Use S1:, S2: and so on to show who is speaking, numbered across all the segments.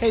S1: Hey,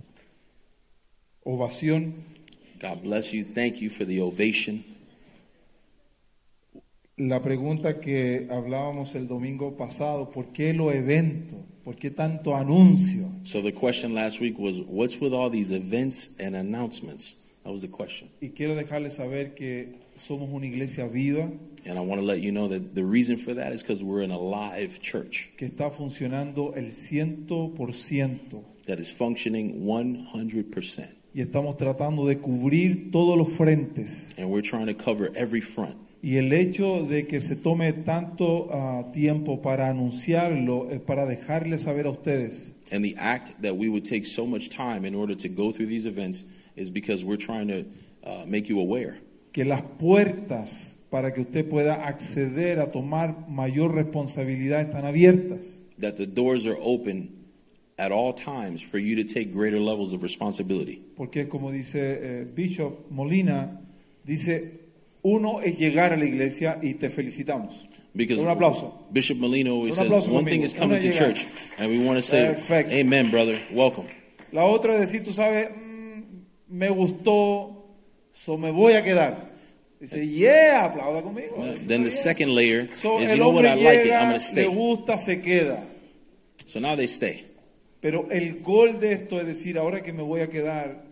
S2: ovación.
S3: God bless you. Thank you for the ovation.
S2: La pregunta que hablábamos el domingo pasado, ¿por qué los eventos? ¿Por qué tanto anuncio?
S3: So the question last week was, what's with all these events and announcements? That was the question.
S2: Y quiero dejarles saber que somos una iglesia viva
S3: And I want to let you know that the reason for that is because we're an alive church
S2: que está funcionando el 100%
S3: that is functioning 100%.
S2: y estamos tratando de cubrir todos los frentes.
S3: And we're trying to cover every front.
S2: Y el hecho de que se tome tanto ah, tiempo para anunciarlo es para dejarles saber a ustedes
S3: And the act that we would take so much time in order to go through these events is because we're trying to uh, make you aware
S2: que las puertas para que usted pueda acceder a tomar mayor responsabilidad están abiertas.
S3: that the doors are open at all times for you to take greater levels of responsibility.
S2: Porque como dice eh, Bishop Molina, dice, uno es llegar a la iglesia y te felicitamos.
S3: Because
S2: Un aplauso.
S3: Bishop Molina always
S2: Un
S3: says
S2: aplauso
S3: one
S2: conmigo.
S3: thing is coming
S2: Una
S3: to
S2: llegada.
S3: church, and we want to say,
S2: Perfecto.
S3: "Amen, brother. Welcome."
S2: La otra es decir, tú sabes, "Mm, me gustó, so me voy a quedar. Dice, yeah, aplauda conmigo. Dice,
S3: Uh, Then the
S2: "Yeah".
S3: second layer
S2: So,
S3: is,
S2: el
S3: "You know what?
S2: hombre
S3: I like it. I'm
S2: llega,
S3: going to
S2: le
S3: stay."
S2: gusta, se queda.
S3: So now they stay.
S2: Pero el gol de esto es decir, ahora que me voy a quedar,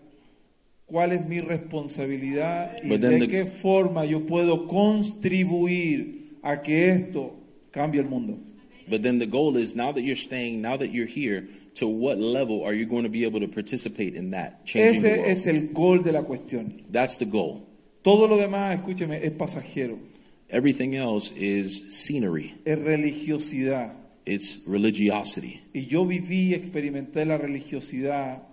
S2: ¿cuál es mi responsabilidad y
S3: But then
S2: de
S3: the-
S2: qué forma yo puedo contribuir a que esto cambie el mundo?
S3: But then the goal is now that you're staying, now that you're here, to what level are you going to be able to participate in that changing the world?
S2: Ese es el gol de la cuestión.
S3: That's the goal.
S2: Todo lo demás, escúcheme, es pasajero,
S3: Everything else is scenery.
S2: es religiosidad.
S3: It's religiosity.
S2: Y yo viví y experimenté la religiosidad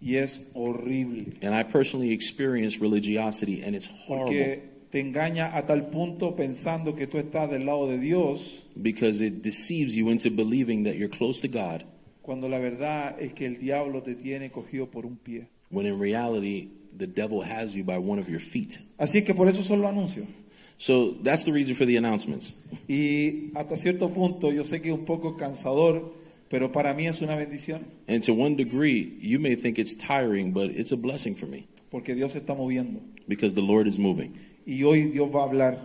S2: y es horrible.
S3: And I personally experienced religiosity, and it's horrible
S2: Porque te engaña a tal punto pensando que tú estás del lado de Dios.
S3: because it deceives you into believing that you're close to God
S2: cuando la verdad es que el diablo te tiene cogido por un pie.
S3: when in reality the devil has you by one of your feet.
S2: Así es que por eso son los anuncios.
S3: So that's the reason for the announcements.
S2: Y hasta cierto punto yo sé que es un poco cansador, pero para mí es una bendición,
S3: And to one degree, you may think it's tiring, but it's a blessing for me
S2: porque Dios se está moviendo.
S3: because the Lord is moving.
S2: Y hoy Dios va a hablar,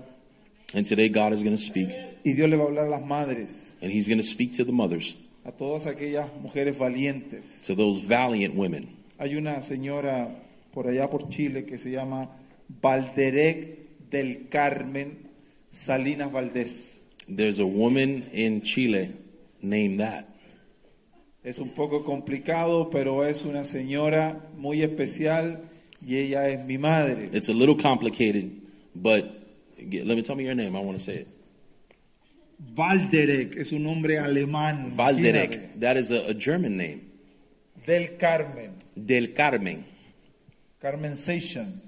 S3: And today God is going to speak,
S2: y Dios le va a hablar a las madres,
S3: and He's going to speak to the mothers,
S2: a todas aquellas mujeres valientes.
S3: to those valiant women.
S2: Hay una señora por allá por Chile que se llama Valderec del Carmen Salinas Valdés.
S3: There's a woman in Chile named that.
S2: Es un poco complicado, pero es una señora muy especial y ella es mi madre.
S3: It's a little complicated, but get, let me tell me your name. I want to say it.
S2: Valderek es un nombre alemán. imagínate.
S3: Valderek. That is a, a German name.
S2: Del Carmen.
S3: Del Carmen.
S2: Carmen Station.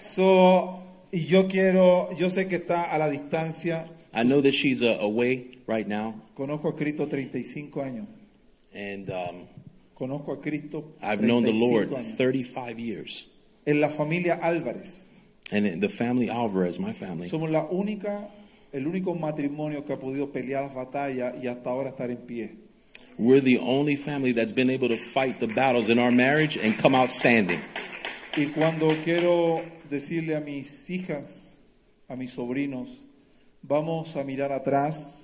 S2: So, y yo quiero, yo sé que está a la distancia.
S3: I know that she's uh, away right now,
S2: Conozco a Cristo 35 años.
S3: and um,
S2: Conozco a Cristo
S3: I've known the
S2: 35
S3: Lord
S2: años.
S3: 35 years.
S2: En la familia Álvarez.
S3: And in the family Alvarez, my family,
S2: Somos la única, el único matrimonio que ha podido pelear las batallas y hasta ahora estar en pie.
S3: we're the only family that's been able to fight the battles in our marriage and come out standing.
S2: Y cuando quiero decirle a mis hijas, a mis sobrinos, vamos a mirar atrás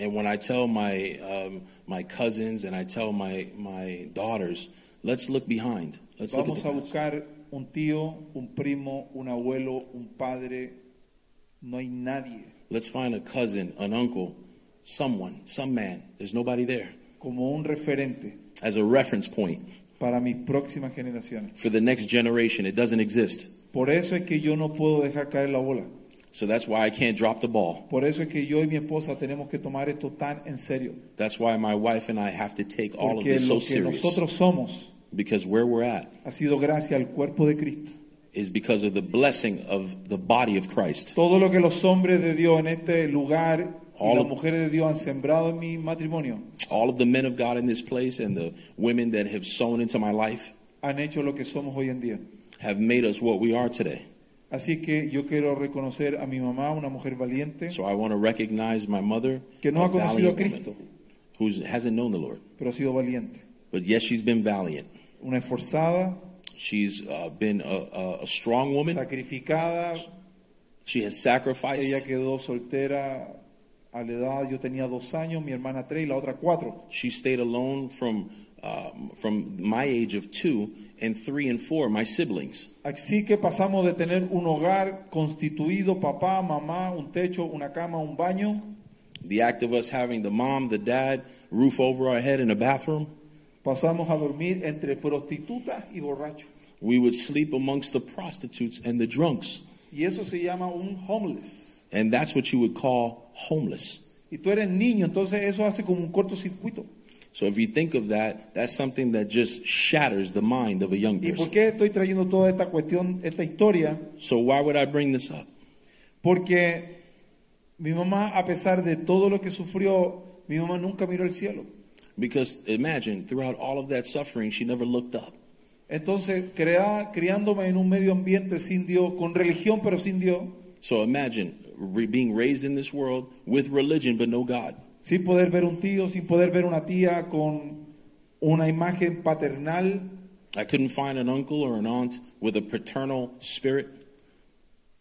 S3: And when I tell my um, my cousins and I tell my my daughters, let's look behind. Let's look at
S2: Vamos
S3: the
S2: a
S3: past.
S2: buscar un tío, un primo, un abuelo, un padre. No hay nadie
S3: Let's find a cousin, an uncle, someone, some man. There's nobody there
S2: como un referente
S3: as a reference point
S2: para mis próximas generaciones.
S3: for the next generation. It doesn't exist.
S2: Por eso es que yo no puedo dejar caer la bola.
S3: So that's why I can't drop the ball.
S2: Por eso es que yo y mi esposa tenemos que tomar esto tan en serio.
S3: That's why my wife and I have to take all of
S2: Porque
S3: this so
S2: lo que
S3: serious.
S2: nosotros somos
S3: because where we're at
S2: ha sido gracias al cuerpo de Cristo.
S3: is because of the blessing of the body of Christ.
S2: Todo lo que los hombres de Dios en este lugar y
S3: All
S2: las
S3: of-
S2: mujeres de Dios han sembrado en mi matrimonio
S3: All of the men of God in this place and the women that have sown into my life
S2: han hecho lo que somos hoy en día.
S3: have made us what we are today.
S2: Así que yo quiero reconocer a mi mamá, una mujer valiente,
S3: So I want to recognize my mother,
S2: Que no ha
S3: a
S2: conocido a
S3: valiant
S2: Cristo.
S3: woman who hasn't known the Lord.
S2: pero ha sido valiente.
S3: But yes, she's been valiant.
S2: Una esforzada,
S3: She's uh, been a, a, a strong woman.
S2: sacrificada.
S3: She has sacrificed.
S2: Ella quedó soltera a la edad, yo tenía dos años, mi hermana tres y la otra cuatro.
S3: She stayed alone from um, from my age of two and three and four, my siblings.
S2: Así que pasamos de tener un hogar constituido, papá, mamá, un techo, una cama, un baño,
S3: The act of us having the mom, the dad, roof over our head, and a bathroom.
S2: pasamos a dormir entre prostitutas y borrachos.
S3: We would sleep amongst the prostitutes and the drunks,
S2: Y eso se llama un homeless.
S3: and that's what you would call homeless.
S2: Y tú eres niño, entonces eso hace como un cortocircuito.
S3: So if you think of that, that's something that just shatters the mind of a young
S2: ¿Y por
S3: person.
S2: qué estoy trayendo toda esta cuestión, esta historia?
S3: So why would I bring this up?
S2: Porque mi mamá, a pesar de todo lo que sufrió, mi mamá nunca miró el cielo.
S3: Because imagine, throughout all of that suffering, she never looked up.
S2: Entonces, crea- criándome en un medio ambiente sin Dios, con religión pero sin Dios,
S3: So imagine re- being raised in this world with religion but no God.
S2: sin poder ver un tío, sin poder ver una tía, con una imagen paternal,
S3: I couldn't find an uncle or an aunt with a paternal spirit.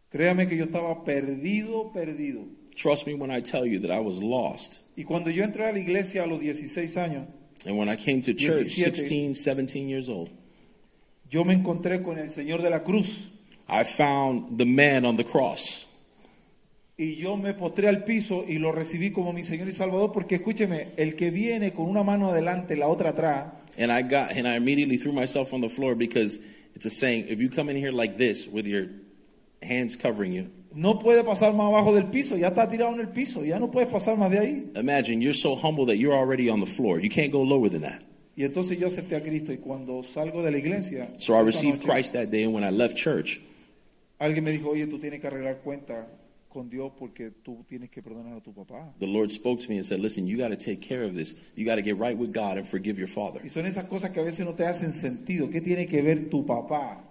S2: créame que yo estaba perdido, perdido.
S3: Trust me when I tell you that I was lost.
S2: Y cuando yo entré a la iglesia a los 16 años,
S3: And when I came to church,
S2: 17.
S3: 16, 17 years old,
S2: yo me encontré con el Señor de la Cruz
S3: I found the man on the cross.
S2: y yo me postré al piso y lo recibí como mi Señor y Salvador, porque escúcheme, el que viene con una mano adelante, la otra atrás,
S3: And I got and I immediately threw myself on the floor because it's a saying, if you come in here like this with your hands covering you,
S2: no puede pasar más abajo del piso, ya está tirado en el piso, ya no puedes pasar más de ahí.
S3: imagine you're so humble that you're already on the floor. You can't go lower than that.
S2: Y entonces yo acepté a Cristo y cuando salgo de la iglesia,
S3: So I
S2: esa
S3: received
S2: noche,
S3: Christ that day and when I left church,
S2: alguien me dijo, oye, tú tienes que arreglar cuenta con Dios porque tú tienes que perdonar a tu papá.
S3: the Lord spoke to me and said, Listen, you got to take care of this. You got to get right with God and forgive your father.
S2: Y son esas cosas que a veces no te hacen sentido. ¿Qué tiene que ver tu papá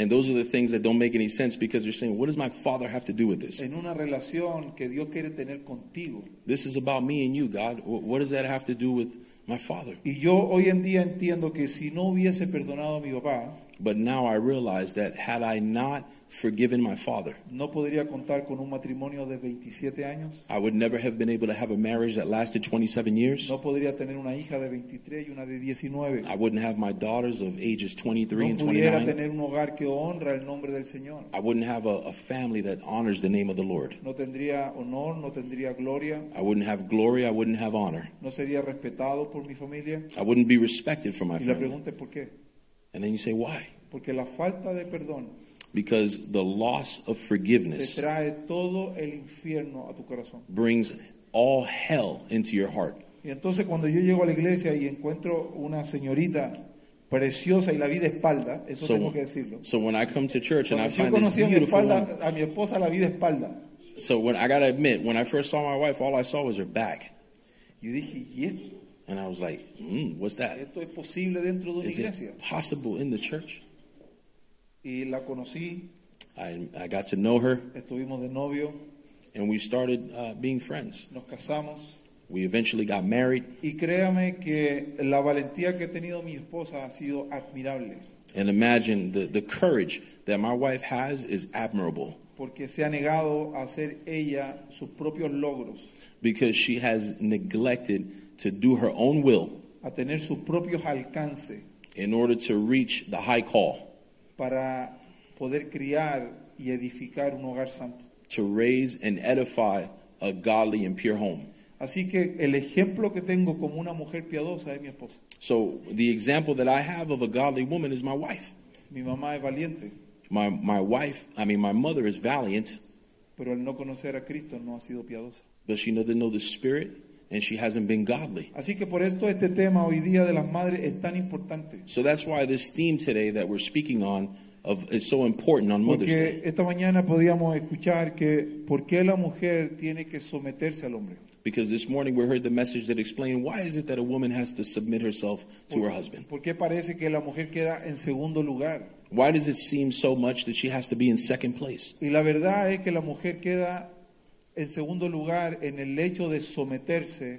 S3: And those are the things that don't make any sense because you're saying, What does my father have to do with this?
S2: en una relación que Dios quiere tener contigo?
S3: This is about me and you, God. Wh- What does that have to do with my father?
S2: Y yo hoy en día entiendo que si no hubiese perdonado a mi papá,
S3: But now I realize that had I not forgiven my father,
S2: no podría contar con un matrimonio de 27 años,
S3: I would never have been able to have a marriage that lasted 27 years.
S2: no podría tener una hija de 23 y una de 19,
S3: I wouldn't have my daughters of ages 23
S2: no
S3: and
S2: pudiera
S3: 29.
S2: tener un hogar que honra el nombre del Señor.
S3: I wouldn't have a, a family that honors the name of the Lord.
S2: no tendría honor, no tendría gloria,
S3: I wouldn't have glory. I wouldn't have honor.
S2: no sería respetado por mi familia.
S3: I wouldn't be respected for my
S2: Y la
S3: family.
S2: pregunta es por qué.
S3: And then you say, why?
S2: Porque la falta de perdón
S3: Because the loss of
S2: te
S3: forgiveness
S2: trae todo el infierno a tu corazón.
S3: brings all hell into your heart.
S2: Y entonces cuando yo llego a la iglesia y encuentro una señorita preciosa y la vi de espalda, eso tengo que decirlo.
S3: so when I come to church and
S2: Cuando
S3: I
S2: yo
S3: find this
S2: conocí a mi,
S3: beautiful woman,
S2: espalda, a mi esposa la vi de espalda.
S3: so when I gotta admit, when I first saw my wife, all I saw was her back,
S2: Yo dije, ¿y esto,
S3: and I was like, mm, "What's that?
S2: esto es posible dentro de una
S3: Is
S2: iglesia?
S3: it possible in the church?"
S2: Y la conocí,
S3: I I got to know her,
S2: estuvimos de novio,
S3: and we started uh, being friends.
S2: nos casamos.
S3: We eventually got married,
S2: Y créame que la valentía que ha tenido mi esposa ha sido admirable,
S3: and imagine the the courage that my wife has is admirable
S2: porque se ha negado a hacer ella sus propios logros,
S3: because she has neglected to do her own will
S2: a tener sus propios alcances
S3: in order to reach the high call.
S2: para poder criar y edificar un hogar santo.
S3: to raise and edify a godly and pure home.
S2: Así que el ejemplo que tengo como una mujer piadosa es mi esposa.
S3: So the example that I have of a godly woman is my wife.
S2: Mi mamá es valiente,
S3: My my wife, I mean my mother is valiant,
S2: pero al no conocer a Cristo no ha sido piadosa.
S3: but she doesn't know the spirit and she hasn't been godly.
S2: Así que por esto este tema hoy día de las madres es tan importante.
S3: So that's why this theme today that we're speaking on of is so important on Mother's Day
S2: Porque esta mañana podíamos escuchar que por qué la mujer tiene que someterse al hombre.
S3: because this morning we heard the message that explained why is it that a woman has to submit herself to her husband?
S2: ¿Por qué parece que la mujer queda en segundo lugar?
S3: Why does it seem so much that she has to be in second place?
S2: Y la verdad es que la mujer queda en segundo lugar en el hecho de someterse,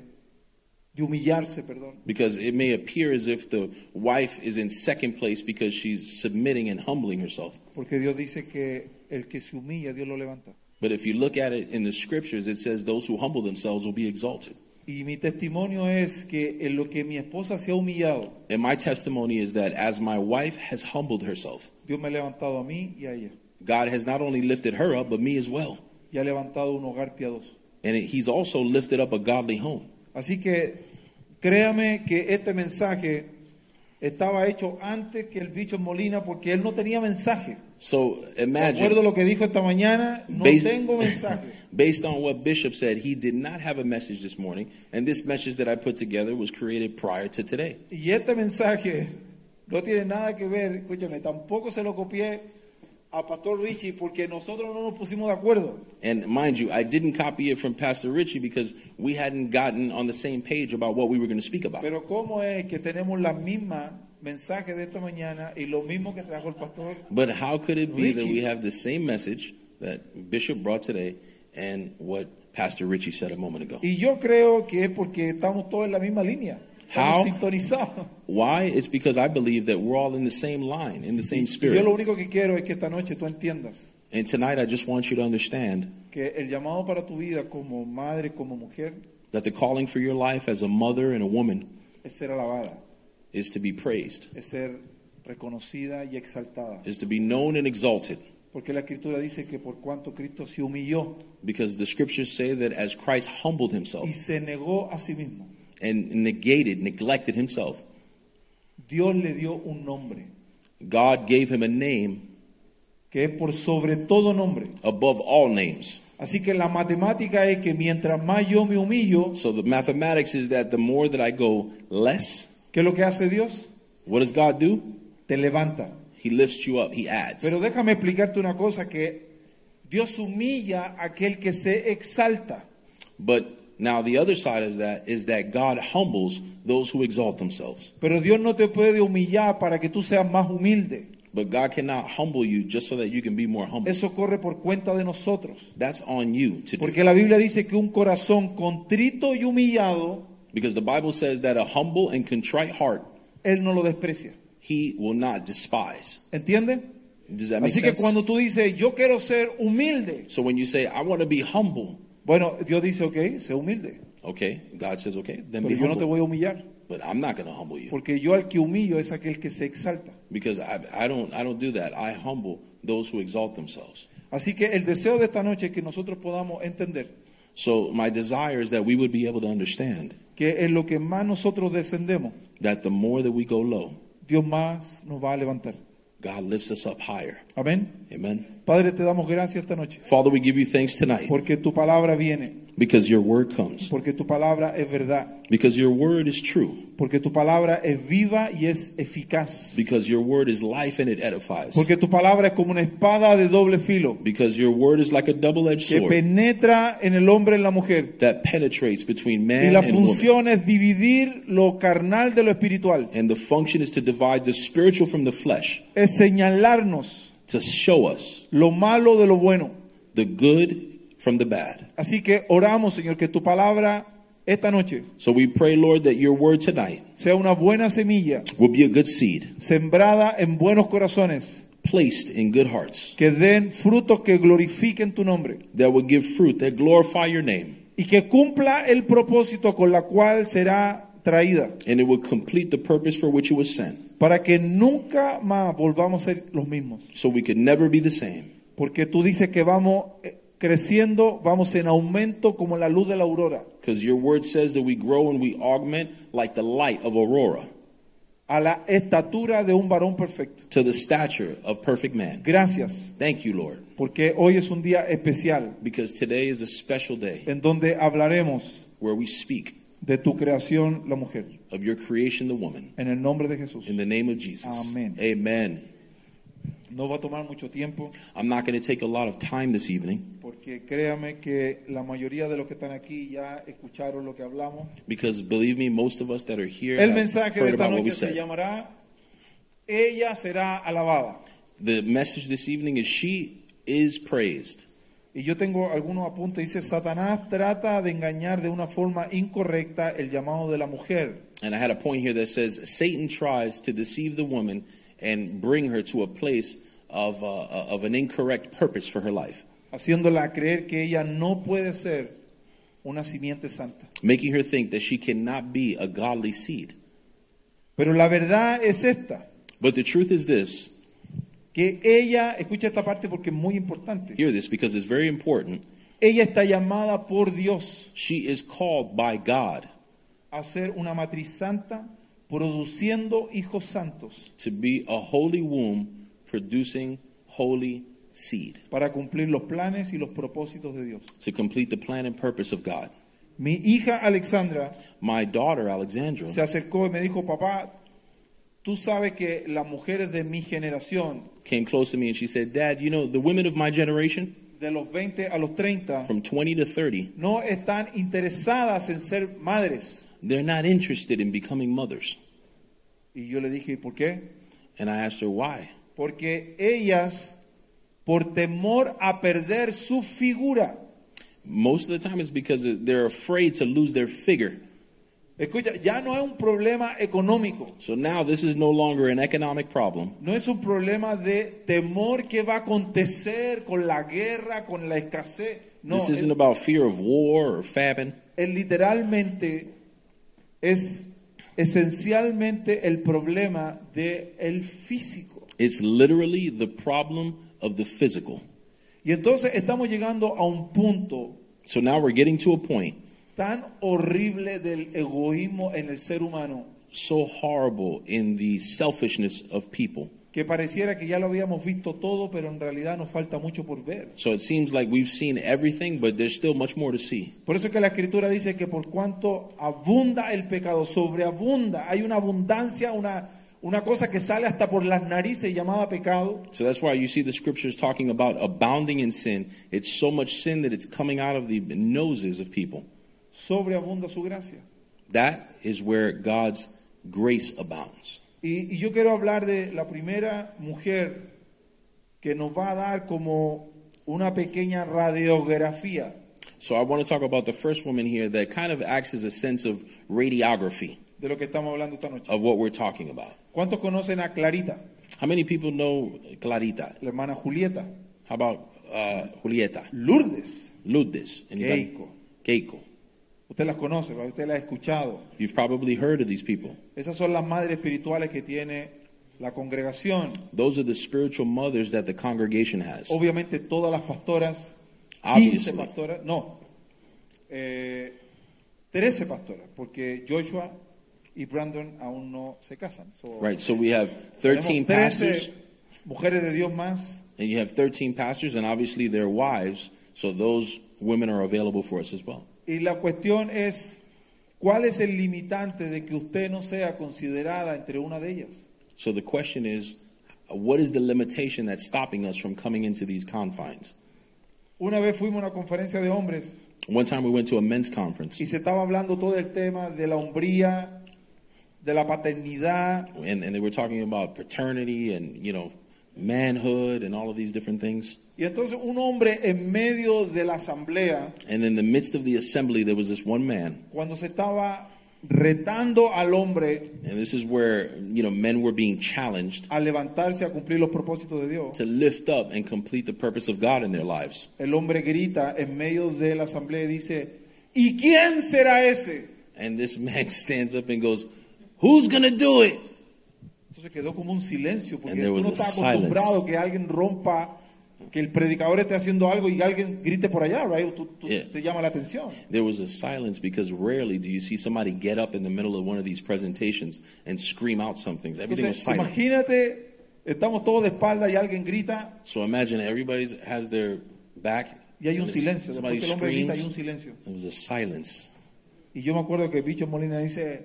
S2: de humillarse, perdón,
S3: Because it may appear as if the wife is in second place because she's submitting and humbling herself.
S2: porque Dios dice que el que se humilla, Dios lo levanta.
S3: But if you look at it in the scriptures, it says those who humble themselves will be exalted.
S2: Y mi testimonio es que en lo que mi esposa se ha humillado,
S3: And my testimony is that as my wife has humbled herself,
S2: Dios me ha levantado a mí y a ella.
S3: God has not only lifted her up, but me as well.
S2: Y ha levantado un hogar piadoso.
S3: And it- He's also lifted up a godly home.
S2: Así que créame que este mensaje estaba hecho antes que el bicho Molina porque él no tenía mensaje.
S3: So
S2: De acuerdo a
S3: imagine,
S2: lo que dijo esta mañana, no
S3: Bas-
S2: tengo mensaje.
S3: based on what Bishop said, he did not have a message this morning. And this message that I put together was created prior to today.
S2: Y este mensaje no tiene nada que ver, escúchame, tampoco se lo copié a Pastor Richie porque nosotros no nos pusimos de acuerdo.
S3: And mind you, I didn't copy it from Pastor Richie because we hadn't gotten on the same page about what we were going to speak about.
S2: Pero ¿cómo es que tenemos las mismas mensajes de esta mañana y lo mismo que trajo el pastor?
S3: But how could it be that
S2: Richie.
S3: we have the same message that Bishop brought today and what Pastor Richie said a moment ago?
S2: Y yo creo que es porque estamos todos en la misma línea, estamos
S3: How?
S2: sintonizados.
S3: Why? It's because I believe that we're all in the same line, in
S2: Y-
S3: the same
S2: y Yo lo
S3: spirit.
S2: único que quiero es que esta noche tú entiendas
S3: And tonight, I just want you to understand
S2: que el llamado para tu vida como madre, como mujer,
S3: that the calling for your life as a mother and a woman
S2: es ser alabada,
S3: is to be praised,
S2: es ser reconocida y exaltada.
S3: is to be known and exalted.
S2: Porque la escritura dice que por cuanto Cristo se humilló
S3: Because the scriptures say that as Christ humbled himself
S2: y se negó a sí mismo,
S3: and negated, neglected himself,
S2: Dios le dio un nombre,
S3: God gave him a name
S2: que es por sobre todo nombre.
S3: above all names.
S2: Así que la matemática es que mientras más yo me humillo,
S3: So the mathematics is that the more that I go less,
S2: ¿qué es lo que hace Dios?
S3: what does God do?
S2: Te levanta.
S3: He lifts you up, he adds.
S2: Pero déjame explicarte una cosa, que Dios humilla a aquel que se exalta.
S3: But now the other side of that is that God humbles those who exalt themselves.
S2: Pero Dios no te puede humillar para que tú seas más humilde.
S3: But God cannot humble you just so that you can be more humble.
S2: Eso corre por cuenta de nosotros.
S3: That's on you to do.
S2: Porque la Biblia dice que un corazón contrito y humillado,
S3: Because the Bible says that a humble and contrite heart
S2: Él no lo desprecia.
S3: he will not despise.
S2: ¿Entiendes?
S3: Does that make
S2: Así que
S3: sense?
S2: cuando tú dices, yo quiero ser humilde,
S3: So when you say, I want to be humble,
S2: bueno, Dios dice, ok, sé humilde,
S3: okay, God says, okay, then
S2: pero
S3: be
S2: yo no te voy
S3: humble.
S2: a humillar,
S3: But I'm not going to humble you.
S2: porque yo al que humillo es aquel que se exalta.
S3: Because I, I, don't, I don't do that. I humble those who exalt themselves.
S2: Así que el deseo de esta noche es que nosotros podamos entender
S3: So my desire is that we would be able to understand
S2: que en lo que más nosotros descendemos,
S3: that the more that we go low,
S2: Dios más nos va a levantar.
S3: God lifts us up higher.
S2: Amén.
S3: Amen.
S2: Padre, te damos gracias esta noche,
S3: Father, we give you thanks tonight
S2: porque tu palabra viene,
S3: because your word comes,
S2: porque tu palabra es verdad,
S3: because your word is true,
S2: porque tu palabra es viva y es eficaz,
S3: because your word is life and it edifies,
S2: porque tu palabra es como una espada de doble filo.
S3: because your word is like a double edged
S2: que
S3: sword
S2: penetra en el hombre y en la mujer.
S3: that penetrates between
S2: Y
S3: man
S2: la
S3: and woman.
S2: función es dividir lo carnal de lo espiritual.
S3: And the function is to divide the spiritual from the flesh,
S2: Es señalarnos
S3: to show us
S2: lo malo de lo bueno.
S3: the good from the bad.
S2: Así que oramos, Señor, que tu palabra esta noche
S3: So we pray, Lord, that your word tonight
S2: sea una buena semilla
S3: will be a good seed,
S2: sembrada en buenos corazones
S3: placed in good hearts,
S2: que den frutos que glorifiquen tu nombre
S3: that will give fruit, that glorify your name,
S2: y que cumpla el propósito con la cual será traída
S3: and it will complete the purpose for which it was sent.
S2: para que nunca más volvamos a ser los mismos.
S3: So we could never be the same.
S2: Porque tú dices que vamos eh, creciendo, vamos en aumento como la luz de la aurora,
S3: Because your word says that we grow and we augment like the light of aurora
S2: a la estatura de un varón perfecto.
S3: to the stature of perfect man.
S2: Gracias,
S3: Thank you, Lord,
S2: porque hoy es un día especial
S3: because today is a special day
S2: en donde hablaremos
S3: where we speak
S2: de tu creación, la mujer.
S3: of your creation, the woman.
S2: En el nombre de Jesús.
S3: In the name of Jesus.
S2: Amen.
S3: Amen.
S2: No va a tomar mucho tiempo
S3: I'm not going to take a lot of time this evening
S2: porque créame que la mayoría de los que están aquí ya escucharon lo que hablamos.
S3: because believe me, most of us that are here
S2: El
S3: have
S2: mensaje de
S3: heard
S2: esta
S3: about what we
S2: noche se
S3: said.
S2: llamará Ella será alabada.
S3: The message this evening is she is praised.
S2: Y yo tengo algunos apuntes. Dice, Satanás trata de engañar de una forma incorrecta el llamado de la mujer.
S3: And I had a point here that says Satan tries to deceive the woman and bring her to a place of, uh, of an incorrect purpose for her life,
S2: haciéndola creer que ella no puede ser una simiente santa.
S3: making her think that she cannot be a godly seed.
S2: Pero la verdad es esta,
S3: But the truth is this
S2: que ella, escucha esta parte porque es muy importante,
S3: hear this because it's very important.
S2: ella está llamada por Dios
S3: She is called by God
S2: a ser una matriz santa, produciendo hijos santos
S3: to be a holy womb producing holy seed
S2: para cumplir los planes y los propósitos de Dios.
S3: to complete the plan and purpose of God.
S2: Mi hija Alexandra
S3: My daughter, Alexandra,
S2: se acercó y me dijo, papá, tú sabes que las mujeres de mi generación,
S3: came close to me and she said, Dad, you know, the women of my generation,
S2: de los 20 a los 30,
S3: from 20 to 30,
S2: no están interesadas en ser madres.
S3: They're not interested in becoming mothers.
S2: Y yo le dije, ¿y por qué?
S3: And I asked her why.
S2: Porque ellas, por temor a perder su figura,
S3: Most of the time it's because they're afraid to lose their figure.
S2: escucha, ya no es un problema económico,
S3: So now this is no longer an economic problem.
S2: no es un problema de temor que va a acontecer con la guerra, con la escasez. No,
S3: this
S2: es,
S3: isn't about fear of war or famine.
S2: es literalmente, es esencialmente el problema del el físico.
S3: It's literally the problem of the physical.
S2: Y entonces estamos llegando a un punto
S3: So now we're getting to a point
S2: tan horrible del egoísmo en el ser humano
S3: so horrible in the selfishness of people.
S2: que pareciera que ya lo habíamos visto todo, pero en realidad nos falta mucho por ver.
S3: So it seems like we've seen everything, but there's still much more to see.
S2: Por eso es que la escritura dice que por cuanto abunda el pecado, sobreabunda, hay una abundancia, una, una cosa que sale hasta por las narices llamada pecado,
S3: So that's why you see the scriptures talking about abounding in sin. It's so much sin that it's coming out of the noses of people.
S2: sobreabunda su gracia.
S3: That is where God's grace abounds.
S2: Y, y yo quiero hablar de la primera mujer que nos va a dar como una pequeña radiografía
S3: So I want to talk about the first woman here that kind of acts as a sense of radiography
S2: de lo que estamos hablando esta noche.
S3: of what we're talking about.
S2: ¿Cuántos conocen a Clarita,
S3: How many people know Clarita?
S2: la hermana Julieta,
S3: How about uh, Julieta?
S2: Lourdes,
S3: Lourdes? Anybody?
S2: Keiko?
S3: Keiko.
S2: Usted las conoce, ¿verdad? usted las ha escuchado.
S3: You've probably heard of these people.
S2: Esas son las madres espirituales que tiene la congregación.
S3: Those are the spiritual mothers that the congregation has.
S2: Obviamente todas las pastoras, 15
S3: Obviously.
S2: pastoras, no, eh, 13 pastoras, porque Joshua y Brandon aún no se casan. So,
S3: Right, so we have
S2: tenemos
S3: 13 pastors.
S2: mujeres de Dios más.
S3: And you have 13 pastors, and obviously their wives, so those women are available for us as well.
S2: Y la cuestión es, ¿cuál es el limitante de que usted no sea considerada entre una de ellas?
S3: So the question is what is the limitation that's stopping us from coming into these confines?
S2: Una vez fuimos a una conferencia de hombres
S3: One time we went to a men's conference,
S2: y se estaba hablando todo el tema de la hombría, de la paternidad,
S3: and, and they were talking about paternity and, you know, manhood and all of these different things.
S2: y entonces un hombre en medio de la asamblea,
S3: And in the midst of the assembly, there was this one man,
S2: cuando se estaba retando al hombre
S3: and this is where, you know, men were being challenged
S2: a levantarse a cumplir los propósitos de Dios,
S3: to lift up and complete the purpose of God in their lives.
S2: el hombre grita en medio de la asamblea y dice, ¿y quién será ese?
S3: And this man stands up and goes, Who's going to do it?
S2: Entonces quedó como un silencio, porque
S3: And there
S2: tú
S3: was
S2: no
S3: a
S2: estás acostumbrado
S3: silence.
S2: que alguien rompa, que el predicador esté haciendo algo y alguien grite por allá, right? Tú- tú-
S3: Yeah.
S2: te llama la atención.
S3: There was a silence because rarely do you see somebody get up in the middle of one of these presentations and scream out something. Everything was
S2: Entonces,
S3: silent.
S2: imagínate, estamos todos de espalda y alguien grita
S3: So imagine everybody has their back.
S2: y hay un
S3: and it's-
S2: silencio. Después
S3: Somebody
S2: que el hombre grita, hay un
S3: screams.
S2: silencio.
S3: There was a silence.
S2: Y yo me acuerdo que Bicho Molina dice,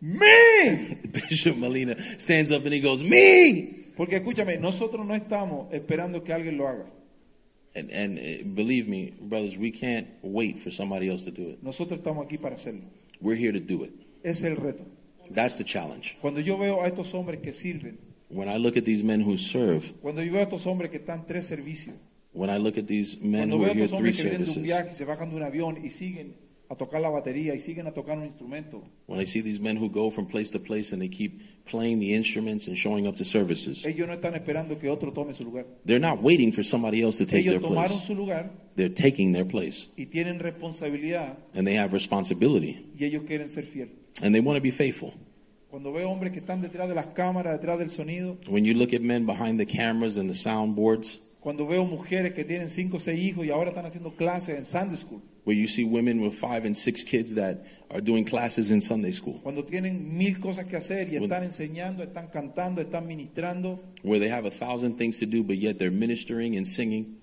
S2: ¡Me!
S3: Bishop Molina stands up and he goes, Me!
S2: Porque escúchame, nosotros no estamos esperando que alguien lo haga.
S3: And, and uh, believe me, brothers, we can't wait for somebody else to do it.
S2: Nosotros estamos aquí para hacerlo.
S3: We're here to do it.
S2: Ese es el reto.
S3: That's the challenge.
S2: Cuando yo veo a estos hombres que sirven,
S3: When I look at these men who serve,
S2: cuando yo veo a estos hombres que están tres servicios,
S3: when I look at these men
S2: cuando
S3: who
S2: veo a
S3: are here
S2: estos
S3: three
S2: hombres que vienen de un
S3: services,
S2: viaje y se bajan de un avión y siguen a tocar la batería y siguen a tocar un instrumento,
S3: when I see these men who go from place to place and they keep playing the instruments and showing up to services,
S2: ellos no están esperando que otro tome su lugar.
S3: they're not waiting for somebody else to take their
S2: Ellos tomaron
S3: place.
S2: su lugar
S3: They're taking their place
S2: y tienen responsabilidad
S3: and they have responsibility
S2: y ellos quieren ser fieles.
S3: and they want to be faithful.
S2: Cuando veo hombres que están detrás de las cámaras, detrás del sonido,
S3: When you look at men behind the cameras and the soundboards,
S2: cuando veo mujeres que tienen cinco o seis hijos y ahora están haciendo clases en Sunday School,
S3: where you see women with five and six kids that are doing classes in Sunday school,
S2: cuando tienen mil cosas que hacer y
S3: Bueno.
S2: están enseñando, están cantando, están ministrando,
S3: where they have a thousand things to do, but yet they're ministering and singing.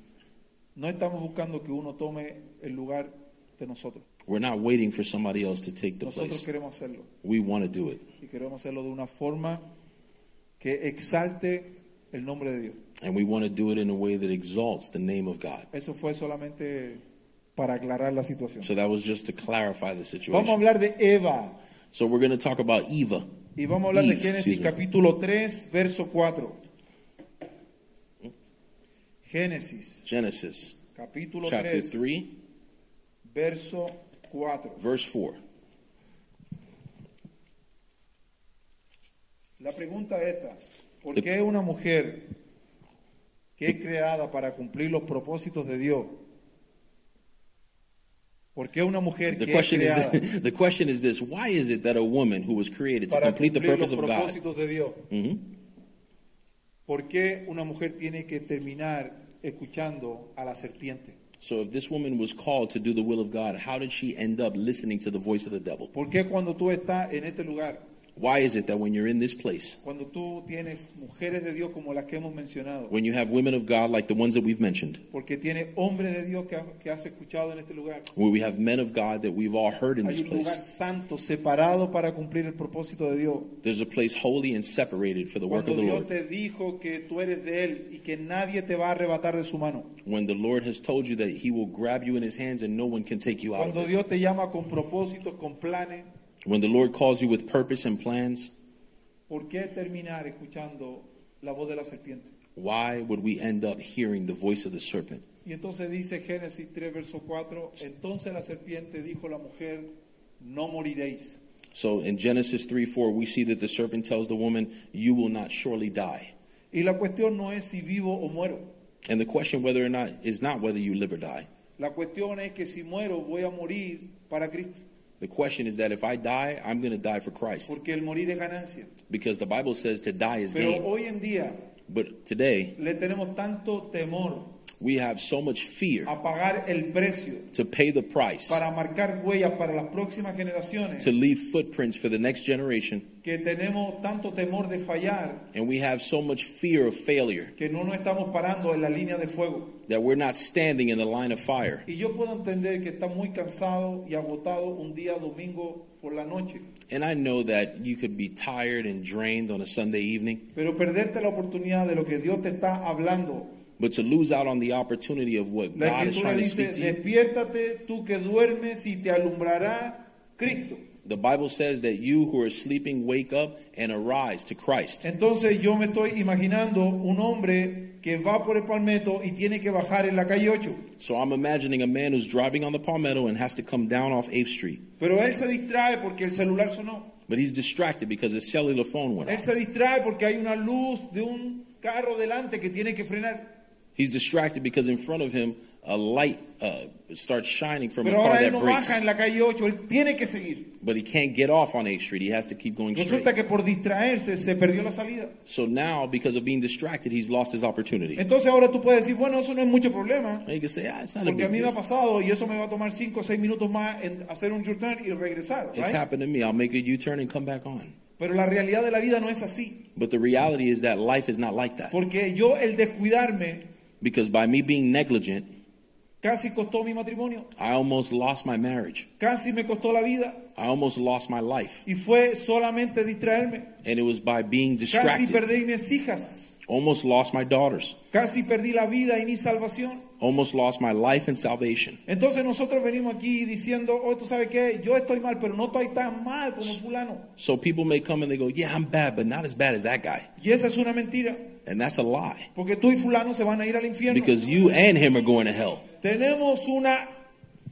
S2: no estamos buscando que uno tome el lugar de nosotros.
S3: We're not waiting for somebody else to take the
S2: Nosotros
S3: place.
S2: queremos hacerlo
S3: We want to do it.
S2: y queremos hacerlo de una forma que exalte el nombre de Dios.
S3: And we want to do it in a way that exalts the name of God.
S2: Eso fue solamente para aclarar la situación.
S3: So that was just to clarify the
S2: Vamos a
S3: situation.
S2: hablar de Eva.
S3: So we're going to talk about Eva.
S2: Y vamos a hablar de
S3: Eve,
S2: Génesis
S3: excuse me.
S2: capítulo 3, verso 4. Génesis
S3: Genesis
S2: capítulo
S3: chapter
S2: 3,
S3: 3,
S2: verso 4.
S3: verse 4.
S2: La pregunta es esta, ¿por qué una mujer que es creada para cumplir los propósitos de Dios? ¿Por qué una mujer
S3: The
S2: que es
S3: question
S2: creada
S3: is the question is this, why is it that a woman who was created to
S2: para
S3: complete the
S2: cumplir los
S3: purpose of God Mm-hmm.
S2: propósitos de Dios? ¿Por qué una mujer tiene que terminar escuchando a la serpiente?
S3: So if this woman was called to do the will of God, how did she end up listening to the voice of the devil?
S2: ¿Por qué cuando tú estás en este lugar,
S3: Why is it that when you're in this place,
S2: cuando tú tienes mujeres de Dios como las que hemos mencionado,
S3: when you have women of God like the ones that we've mentioned,
S2: porque tienes hombres de Dios que, ha- que has escuchado en este lugar,
S3: where we have men of God that we've all heard in
S2: hay
S3: this
S2: un lugar
S3: place,
S2: santo separado para cumplir el propósito de Dios.
S3: there's a place holy and separated for the work
S2: Cuando
S3: of the
S2: Dios
S3: Lord.
S2: te dijo que tú eres de Él y que nadie te va a arrebatar de su mano.
S3: When the Lord has told you that he will grab you in his hands and no one can take you out of
S2: Cuando
S3: it.
S2: Dios te llama con propósitos, con planes,
S3: When the Lord calls you with purpose and plans,
S2: ¿por qué terminar escuchando la voz de la serpiente?
S3: why would we end up hearing the voice of the serpent?
S2: Y entonces dice Génesis 3, verso 4, entonces la serpiente dijo a la mujer, no moriréis.
S3: So in Genesis 3 4, we see that the serpent tells the woman, You will not surely die.
S2: Y la cuestión no es si vivo o muero.
S3: And the question whether or not is not whether you live or die.
S2: La cuestión es que si muero voy a morir para Cristo,
S3: The question is that if I die, I'm going to die for Christ
S2: porque el morir es ganancia.
S3: because the Bible says to die is
S2: Pero
S3: gain.
S2: hoy en día
S3: But today,
S2: le tenemos tanto temor
S3: we have so much fear
S2: a pagar el precio
S3: to pay the price,
S2: para marcar huellas para las próximas generaciones
S3: to leave footprints for the next generation,
S2: que tenemos tanto temor de fallar
S3: and we have so much fear of failure
S2: que no nos estamos parando en la línea de fuego.
S3: that we're not standing in the line of fire.
S2: Y yo puedo entender que está muy cansado y agotado un día domingo por la noche,
S3: And I know that you could be tired and drained on a Sunday evening,
S2: pero perderte la oportunidad de lo que Dios te está hablando
S3: but to lose out on the opportunity of what
S2: La
S3: God is
S2: escritura
S3: trying to
S2: dice,
S3: speak to you.
S2: despiértate tú que duermes y te alumbrará Cristo.
S3: The Bible says that you who are sleeping wake up and arise to Christ.
S2: Entonces yo me estoy imaginando un hombre que va por el palmeto y tiene que bajar en la calle 8.
S3: So I'm imagining a man who's driving on the Palmetto and has to come down off 8th Street.
S2: Pero él se distrae porque el celular sonó.
S3: But he's distracted because his cellular phone went
S2: Él
S3: off.
S2: se distrae porque hay una luz de un carro delante que tiene que frenar.
S3: He's distracted because in front of him, a light uh, starts shining from a
S2: Pero
S3: car
S2: ahora
S3: that
S2: él no
S3: breaks.
S2: baja en la calle 8, él tiene que seguir.
S3: But he can't get off on 8th Street. He has to keep going straight.
S2: Resulta que por distraerse se perdió la salida.
S3: So now, because of being distracted, he's lost his opportunity.
S2: Entonces ahora tú puedes decir, bueno, eso no es mucho problema.
S3: And you can say, ah, it's not a
S2: Porque a
S3: big
S2: mí me ha
S3: deal.
S2: pasado y eso me va a tomar 5 o 6 minutos más en hacer un U-turn y regresar.
S3: It's
S2: right?
S3: happened to me. I'll make a U-turn and come back on.
S2: Pero la realidad de la vida no es así.
S3: But the reality is that life is not like that.
S2: Porque yo el descuidarme
S3: Because by me being negligent,
S2: Casi costó mi matrimonio,
S3: I almost lost my marriage.
S2: casi me costó la vida
S3: I almost lost my life.
S2: y fue solamente distraerme.
S3: And it was by being
S2: Casi
S3: distracted.
S2: perdí mis hijas,
S3: Almost lost my daughters.
S2: casi perdí la vida y mi salvación.
S3: Almost lost my life and salvation.
S2: Entonces nosotros venimos aquí diciendo, oh, tú sabes qué, yo estoy mal, pero no estoy tan mal como fulano.
S3: So people may come and they go, Yeah, I'm bad, but not as bad as that guy.
S2: Y esa es una mentira,
S3: And that's a lie.
S2: porque tú y fulano se van a ir al infierno.
S3: Because you and him are going to hell.
S2: Tenemos una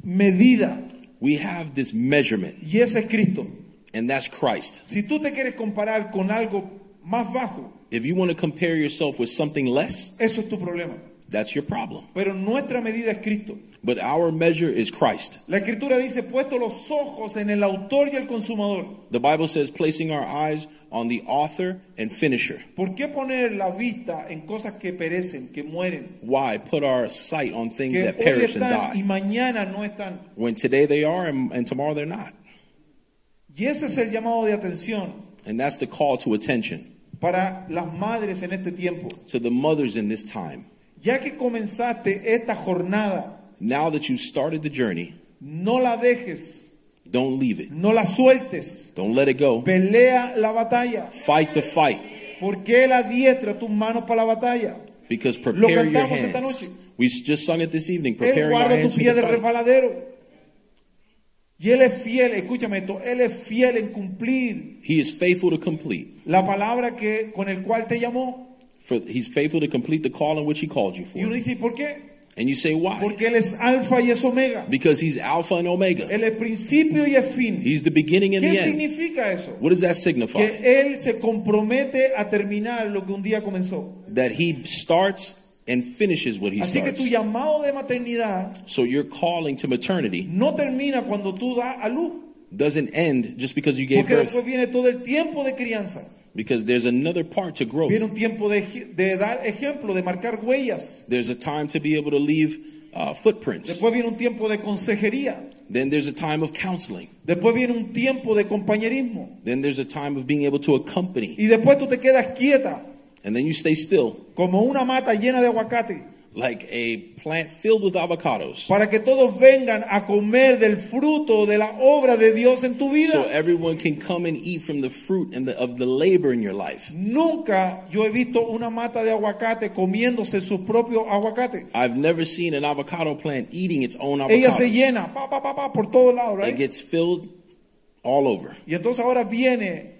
S2: medida
S3: We have this measurement,
S2: y ese es Cristo.
S3: and that's Christ.
S2: Si tú te quieres comparar con algo más bajo,
S3: If you want to compare yourself with something less,
S2: eso es tu problema.
S3: that's your problem.
S2: Pero nuestra medida es Cristo.
S3: But our measure is Christ.
S2: La escritura dice, puesto los ojos en el autor y el consumador.
S3: The Bible says, placing our eyes on the author and finisher.
S2: ¿Por qué poner la vista en cosas que perecen, que mueren,
S3: Why put our sight on things
S2: que
S3: that
S2: hoy
S3: perish and
S2: están y
S3: die
S2: mañana no están?
S3: when today they are and, and tomorrow they're not?
S2: Y ese es el llamado de atención
S3: And that's the call to attention
S2: para las madres en este tiempo.
S3: to the mothers in this time.
S2: Ya que comenzaste esta jornada,
S3: Now that you've started the journey,
S2: no la dejes,
S3: don't leave it.
S2: no la sueltes.
S3: Don't let it go.
S2: Pelea la batalla.
S3: Fight the fight
S2: ¿Por qué la diestra tus manos para la batalla?
S3: because prepare your
S2: cantamos esta noche.
S3: hands. We just sung it this evening,
S2: Él
S3: preparing our
S2: guarda tu
S3: hands for
S2: pie de
S3: the fight.
S2: resbaladero. Y Él es fiel, escúchame esto, Él es fiel en cumplir
S3: He is faithful to complete.
S2: la palabra que, con el cual te llamó.
S3: For, he's faithful to complete the call in which he called you for.
S2: Y uno dice, ¿y por qué?
S3: And you say, why?
S2: Porque Él es alfa y es omega.
S3: Because he's Alpha and Omega.
S2: Él es principio y es fin.
S3: He's the beginning and
S2: ¿Qué
S3: the end.
S2: significa eso?
S3: What does that signify?
S2: Que Él se compromete a terminar lo que un día comenzó.
S3: That he starts and finishes what he
S2: Así que tu
S3: starts.
S2: llamado de maternidad
S3: So your calling to maternity
S2: no termina cuando tú das a luz.
S3: doesn't end just because you gave
S2: Porque
S3: birth,
S2: después viene todo el tiempo de crianza.
S3: because there's another part to growth.
S2: Viene un tiempo de, ej- de dar ejemplo, de marcar huellas.
S3: There's a time to be able to leave uh, footprints.
S2: Después viene un tiempo de consejería.
S3: Then there's a time of counseling.
S2: Después viene un tiempo de compañerismo.
S3: Then there's a time of being able to accompany.
S2: Y después tú te quedas quieta,
S3: And then you stay still,
S2: como una mata llena de aguacate,
S3: like a plant filled with avocados.
S2: para que todos vengan a comer del fruto de la obra de Dios en tu vida.
S3: So everyone can come and eat from the fruit and the, of the labor in your life.
S2: Nunca yo he visto una mata de aguacate comiéndose su propio aguacate.
S3: I've never seen an avocado plant eating its own
S2: Ella se
S3: avocado.
S2: llena, pa, pa, pa, pa, por todos lados,
S3: It
S2: right?
S3: gets filled all over.
S2: Y entonces ahora viene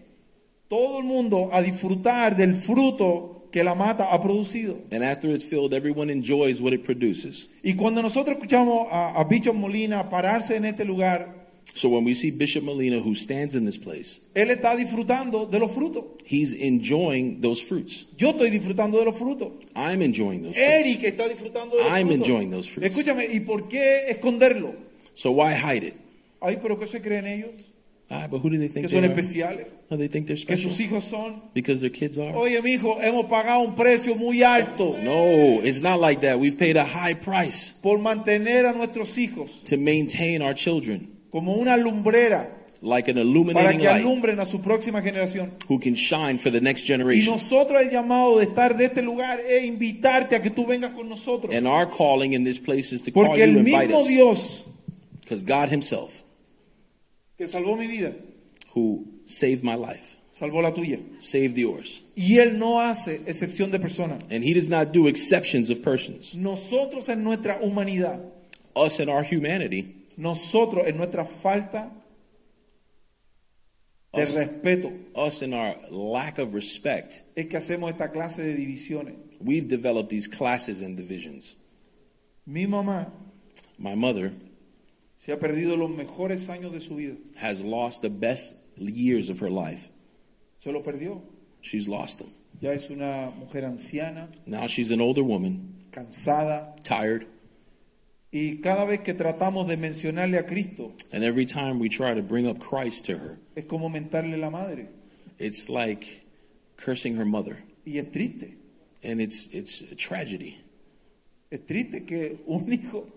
S2: todo el mundo a disfrutar del fruto que la mata ha producido.
S3: And after it's filled, everyone enjoys what it produces.
S2: Y cuando nosotros escuchamos a, a Bicho Molina pararse en este lugar,
S3: So when we see Bishop Molina, who stands in this place,
S2: él está disfrutando de los frutos.
S3: he's enjoying those fruits.
S2: Yo estoy disfrutando de los frutos.
S3: I'm enjoying those fruits.
S2: Eric está disfrutando de los
S3: I'm
S2: frutos.
S3: enjoying those fruits.
S2: Escúchame, ¿y por qué esconderlo?
S3: So why hide it?
S2: Ay, pero ¿qué se creen ellos?
S3: Ah, but who do they
S2: Que
S3: think
S2: son
S3: they are?
S2: especiales,
S3: Oh, they think they're
S2: que
S3: special
S2: sus hijos son.
S3: because their kids are.
S2: Oye, mi hijo, hemos pagado un precio muy alto
S3: No, it's not like that. We've paid a high price
S2: por mantener a nuestros hijos
S3: to maintain our children,
S2: como una lumbrera
S3: like an
S2: para
S3: illuminating
S2: que
S3: light
S2: alumbren a su próxima generación.
S3: who can shine for the next
S2: Y
S3: generation.
S2: nosotros el llamado de estar de este lugar es invitarte a que tú vengas con nosotros.
S3: And our calling in this place is to call
S2: Porque
S3: you
S2: el
S3: and invite
S2: mismo
S3: us.
S2: Dios
S3: Because God Himself,
S2: que salvó mi vida,
S3: who saved my life,
S2: salvó la tuya.
S3: saved yours.
S2: Y Él no hace excepción de personas.
S3: And He does not do exceptions of persons.
S2: Nosotros en nuestra humanidad,
S3: Us and our humanity,
S2: nosotros en nuestra falta de
S3: Us.
S2: respeto,
S3: us and our lack of respect,
S2: es que hacemos esta clase de divisiones.
S3: we've developed these classes and divisions.
S2: Mi mamá
S3: My mother
S2: se ha perdido los mejores años de su vida.
S3: has lost the best years of her life.
S2: Se lo perdió.
S3: She's lost them.
S2: Ya es una mujer anciana,
S3: Now she's an older woman,
S2: cansada.
S3: tired,
S2: Y cada vez que tratamos de mencionarle a Cristo,
S3: and every time we try to bring up Christ to her,
S2: es como mentarle la madre.
S3: it's like cursing her mother.
S2: Y es triste.
S3: And it's it's a tragedy.
S2: Es triste que un hijo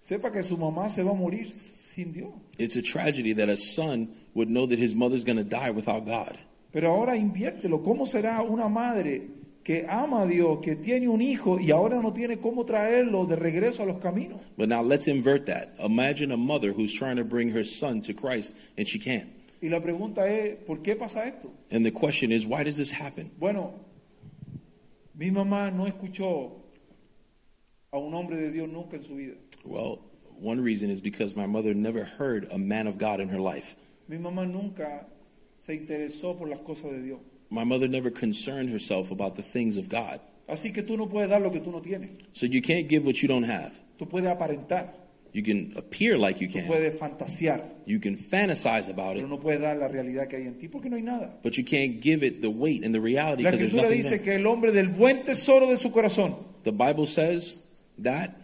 S2: sepa que su mamá se va a morir sin Dios.
S3: It's a tragedy that a son would know that his mother's going to die without God.
S2: Pero ahora inviértelo. ¿Cómo será una madre que que ama a Dios, que tiene un hijo y ahora no tiene cómo traerlo de regreso a los caminos.
S3: But now let's invert that. Imagine a mother who's trying to bring her son to Christ and she can't.
S2: Y la pregunta es, ¿por qué pasa esto?
S3: And the question is, why does this happen?
S2: Bueno, mi mamá no escuchó a un hombre de Dios nunca en su vida.
S3: Well, one reason is because my mother never heard a man of God in her life.
S2: Mi mamá nunca se interesó por las cosas de Dios.
S3: My mother never concerned herself about the things of God.
S2: Así que tú no puedes dar lo que tú no tienes.
S3: So you can't give what you don't have.
S2: Tú puedes aparentar,
S3: You can appear like you
S2: tú
S3: can.
S2: puedes fantasear,
S3: You can fantasize about
S2: pero
S3: it,
S2: no puedes dar la realidad que hay en ti porque no hay nada.
S3: but you can't give it the weight and the reality
S2: La
S3: because there's
S2: escritura
S3: nothing
S2: dice
S3: there.
S2: que el hombre del buen tesoro de su corazón,
S3: The Bible says that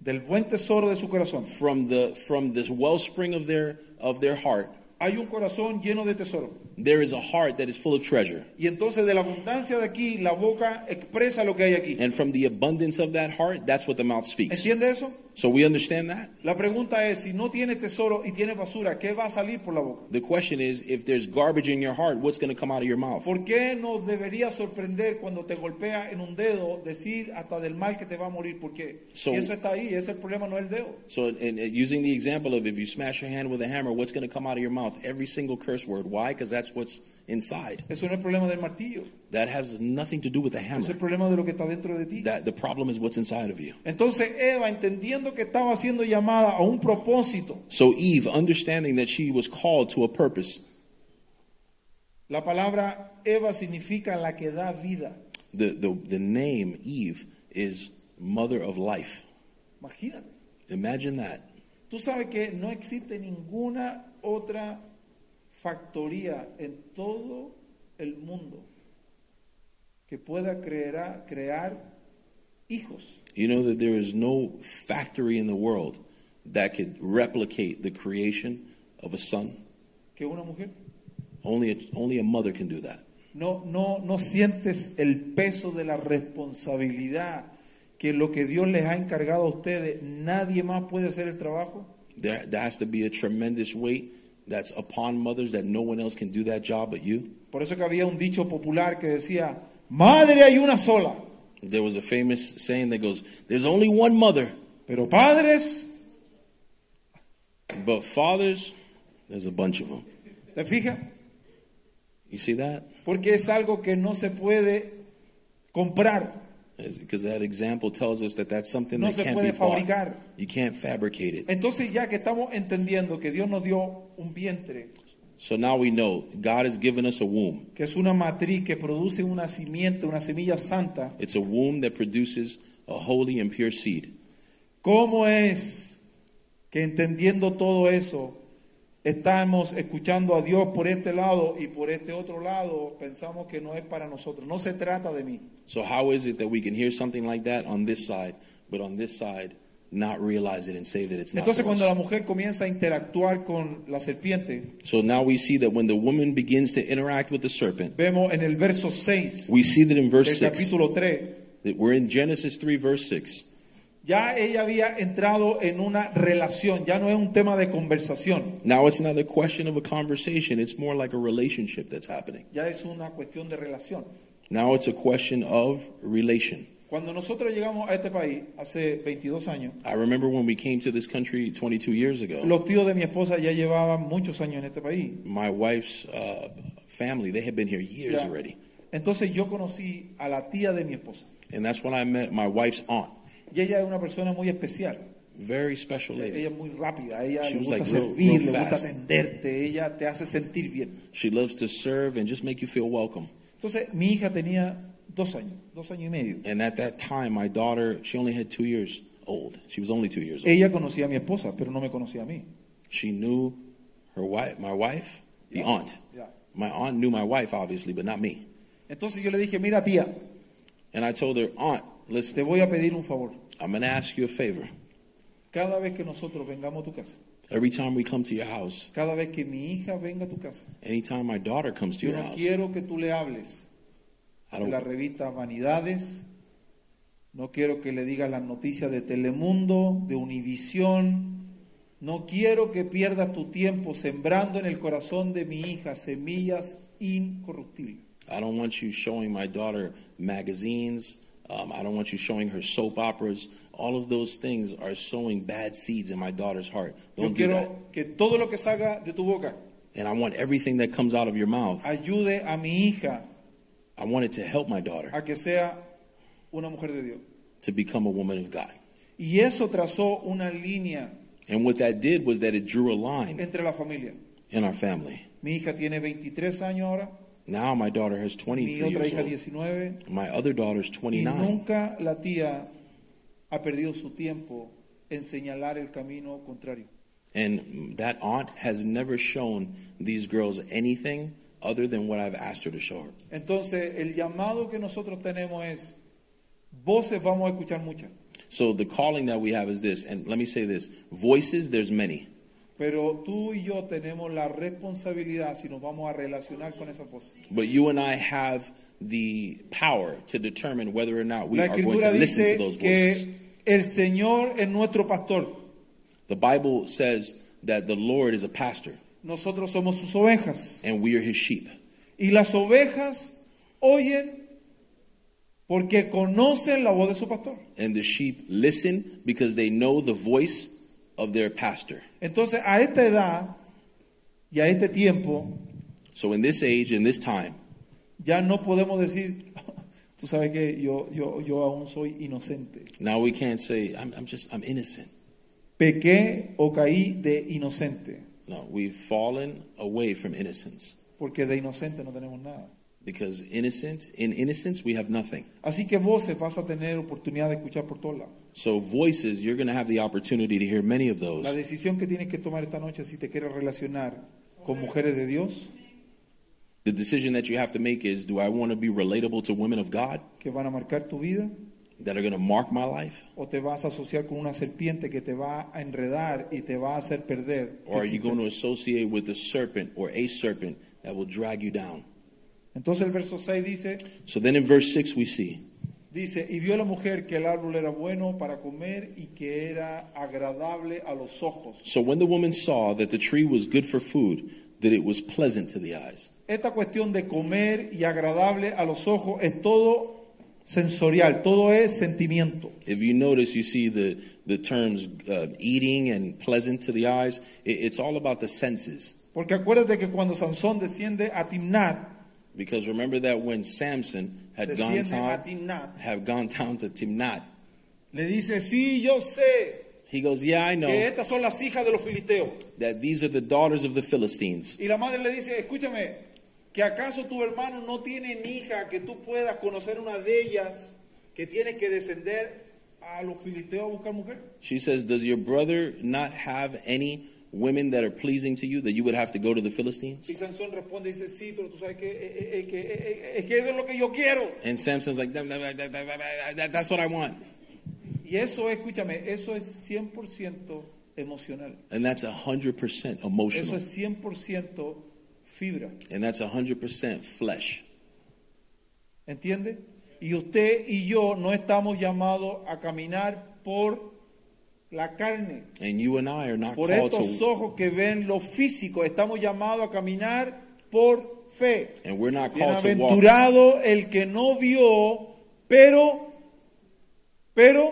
S2: del buen tesoro de su corazón,
S3: from the from this wellspring of their of their heart,
S2: hay un corazón lleno de tesoro.
S3: there is a heart that is full of treasure.
S2: Y entonces de la abundancia de aquí, la boca expresa lo que hay aquí.
S3: And from the abundance of that heart, that's what the mouth speaks.
S2: ¿Entiende eso?
S3: So we understand that.
S2: La pregunta es, si no tiene tesoro y tiene basura, ¿qué va a salir por la boca?
S3: The question is if there's garbage in your heart, what's going to come out of your mouth?
S2: ¿Por qué nos debería sorprender cuando te golpea en un dedo decir hasta del mal que te va a morir? Porque
S3: So-
S2: si eso está ahí, ese problema no es el dedo.
S3: So, and, and using the example of if you smash your hand with a hammer, what's going to come out of your mouth? Every single curse word. Why? Because that's what's inside.
S2: Eso no es el problema del martillo.
S3: That has nothing to do with the
S2: Es
S3: hammer.
S2: el problema de lo que está dentro de ti.
S3: That the problem is what's inside of you.
S2: Entonces Eva, entendiendo que estaba siendo llamada a un propósito,
S3: So Eve, understanding that she was called to a purpose,
S2: la palabra Eva significa la que da vida.
S3: the the, the name Eve is mother of life.
S2: Imagínate.
S3: Imagine that.
S2: Tú sabes que no existe ninguna otra factoría en todo el mundo que pueda crear, crear hijos.
S3: You know that there is no factory in the world that could replicate the creation of a son.
S2: que una mujer.
S3: Only a, only a mother can do that.
S2: No, no, no sientes el peso de la responsabilidad que lo que Dios les ha encargado a ustedes, nadie más puede hacer el trabajo.
S3: There, there has to be a tremendous weight that's upon mothers that no one else can do that job but you.
S2: Por eso que había un dicho popular que decía, madre hay una sola,
S3: There was a famous saying that goes, There's only one mother,
S2: pero padres,
S3: but fathers, there's a bunch of them.
S2: ¿te fijas?
S3: You see that?
S2: Porque es algo que no se puede comprar.
S3: Because that example tells us that that's something
S2: No
S3: that
S2: se
S3: can't be
S2: puede
S3: bought.
S2: fabricar.
S3: You can't fabricate it.
S2: Entonces ya que estamos entendiendo que Dios nos dio un vientre,
S3: So now we know God has given us a womb.
S2: que es una matriz que produce una simiente, una semilla santa,
S3: It's a womb that produces a holy and pure seed.
S2: ¿Cómo es que entendiendo todo eso, estamos escuchando a Dios por este lado y por este otro lado, pensamos que no es para nosotros? No se trata de mí.
S3: So how is it that we can hear something like that on this side, but on this side not realize it and say that it's not
S2: Entonces
S3: for us?
S2: cuando la mujer comienza a interactuar con la serpiente,
S3: So now we see that when the woman begins to interact with the serpent,
S2: vemos en el verso 6
S3: we see that in verse
S2: del
S3: 6,
S2: capítulo 3,
S3: that we're in Genesis 3, verse 6.
S2: ya ella había entrado en una relación, ya no es un tema de conversación,
S3: Now it's not a question of a conversation, it's more like a relationship that's happening.
S2: ya es una cuestión de relación.
S3: Now it's a question of relation.
S2: Cuando nosotros llegamos a este país hace 22 años,
S3: I remember when we came to this country 22 years ago,
S2: Los tíos de mi esposa ya llevaban muchos años en este país.
S3: my wife's uh, family, they had been here years
S2: Ya.
S3: already.
S2: Entonces yo conocí a la tía de mi esposa.
S3: And that's when I met my wife's aunt.
S2: Y ella es una persona muy especial.
S3: Very special lady.
S2: Ella es muy rápida. Ella
S3: She
S2: le
S3: was
S2: gusta
S3: like real-
S2: servir,
S3: real
S2: le gusta
S3: fast.
S2: atenderte. Ella te hace sentir bien.
S3: She loves to serve and just make you feel welcome.
S2: Entonces mi hija tenía dos años, dos años y medio.
S3: And at that time, my daughter, she only had two years old. She was only two years old.
S2: Ella conocía a mi esposa, pero no me conocía a mí.
S3: She knew her wife, my wife, the aunt.
S2: Yeah.
S3: My aunt knew my wife, obviously, but not me.
S2: Entonces yo le dije, mira tía,
S3: And I told her, Aunt,
S2: te
S3: listen,
S2: voy a pedir un favor.
S3: I'm going to ask you a favor.
S2: Cada vez que nosotros vengamos a tu casa,
S3: Every time we come to your house,
S2: cada vez que mi hija venga a tu casa,
S3: anytime my daughter comes to
S2: yo
S3: your
S2: no
S3: house,
S2: quiero que tú le hables
S3: I
S2: la
S3: don't,
S2: revista Vanidades. No quiero que le digas las noticias de Telemundo, de Univisión. No quiero que pierdas tu tiempo sembrando en el corazón de mi hija semillas incorruptibles.
S3: I don't want you showing my daughter magazines. Um, I don't want you showing her soap operas. All of those things are sowing bad seeds in my daughter's heart.
S2: Yo
S3: Don't do that.
S2: quiero que todo lo que salga de tu boca
S3: And I want everything that comes out of your mouth,
S2: ayude a mi hija
S3: I want it to help my daughter
S2: a que sea una mujer de Dios.
S3: to become a woman of God.
S2: Y eso trazó una línea
S3: And what that did was that it drew a line
S2: entre la familia.
S3: in our family.
S2: Mi hija tiene 23 años ahora,
S3: Now my daughter has
S2: mi
S3: 23
S2: otra
S3: years
S2: hija
S3: old.
S2: 19.
S3: My other daughter's
S2: Y
S3: 29.
S2: nunca la tía ha perdido su tiempo en señalar el camino contrario.
S3: And that aunt has never shown these girls anything other than what I've asked her to show her.
S2: Entonces, el llamado que nosotros tenemos es, voces vamos a escuchar muchas,
S3: So the calling that we have is this, and let me say this voices, there's many.
S2: pero tú y yo tenemos la responsabilidad si nos vamos a relacionar con esas voces.
S3: But you and I have the power to determine whether or not we
S2: La
S3: are going
S2: escritura
S3: to listen
S2: dice
S3: to those voices.
S2: que el Señor es nuestro pastor,
S3: The Bible says that the Lord is a pastor
S2: nosotros somos sus ovejas.
S3: and we are his sheep.
S2: Y las ovejas oyen porque conocen la voz de su pastor.
S3: And the sheep listen because they know the voice of their pastor.
S2: Entonces, a esta edad y a este tiempo,
S3: So in this age, in this time,
S2: ya no podemos decir, tú sabes que yo, yo, yo aún soy inocente.
S3: now we can't say, I'm, I'm just, I'm innocent.
S2: Pequé o caí de inocente,
S3: No, we've fallen away from innocence
S2: porque de inocente no tenemos nada.
S3: because innocent, in innocence, we have nothing.
S2: Así que voces vas a tener oportunidad de escuchar por todos lados.
S3: So voices, you're going to have the opportunity to hear many of
S2: La
S3: those.
S2: decisión que tienes que tomar esta noche si te quieres relacionar con mujeres de Dios
S3: The decision that you have to make is, do I want to be relatable to women of God
S2: que van a marcar tu vida
S3: that are going to mark my life?
S2: o te vas a asociar con una serpiente que te va a enredar y te va a hacer perder. tu
S3: Or are you going to
S2: existencia.
S3: associate with the serpent or a serpent that will drag you down?
S2: Entonces el verso 6 dice,
S3: So then in verse 6 we see,
S2: dice, y vio la mujer que el árbol era bueno para comer y que era agradable a los ojos.
S3: So when the woman saw that the tree was good for food, that it was pleasant to the eyes.
S2: Esta cuestión de comer y agradable a los ojos es todo sensorial, todo es sentimiento.
S3: If you notice, you see the, the terms uh, eating and pleasant to the eyes. It, it's all about the senses.
S2: Porque acuérdate que cuando Sansón desciende a Timnat,
S3: Because remember that when Samson had gone,
S2: desciende a
S3: down,
S2: Timnat,
S3: had gone down to Timnat,
S2: le dice, sí, yo sé
S3: he goes, Yeah, I
S2: que
S3: know
S2: estas son las hijas de los filisteos.
S3: that these are the daughters of the Philistines.
S2: Y la madre le dice, escúchame, que acaso tu hermano no tiene hija que tú puedas conocer una de ellas que tiene que descender a los filisteos a buscar mujer.
S3: She says, Does your brother not have any women that are pleasing to you that you would have to go to the Philistines?
S2: Y Sansón responde y dice, sí, pero tú sabes que, eh, eh, eh, que, eh, eh, es que eso es lo que yo quiero.
S3: And Samson's like, "That- that- that- that- that- That's what I want.
S2: Y eso, escúchame, eso es 100% emocional.
S3: And that's 100% emotional.
S2: Eso es 100% fibra.
S3: and that's 100% flesh.
S2: ¿Entiende? Y usted y yo no estamos llamados a caminar por la carne.
S3: And you and I are not
S2: Por
S3: called
S2: estos
S3: to,
S2: ojos que ven lo físico, estamos llamados a caminar por fe.
S3: and we're not called to walk.
S2: Bienaventurado el que no vio, pero, pero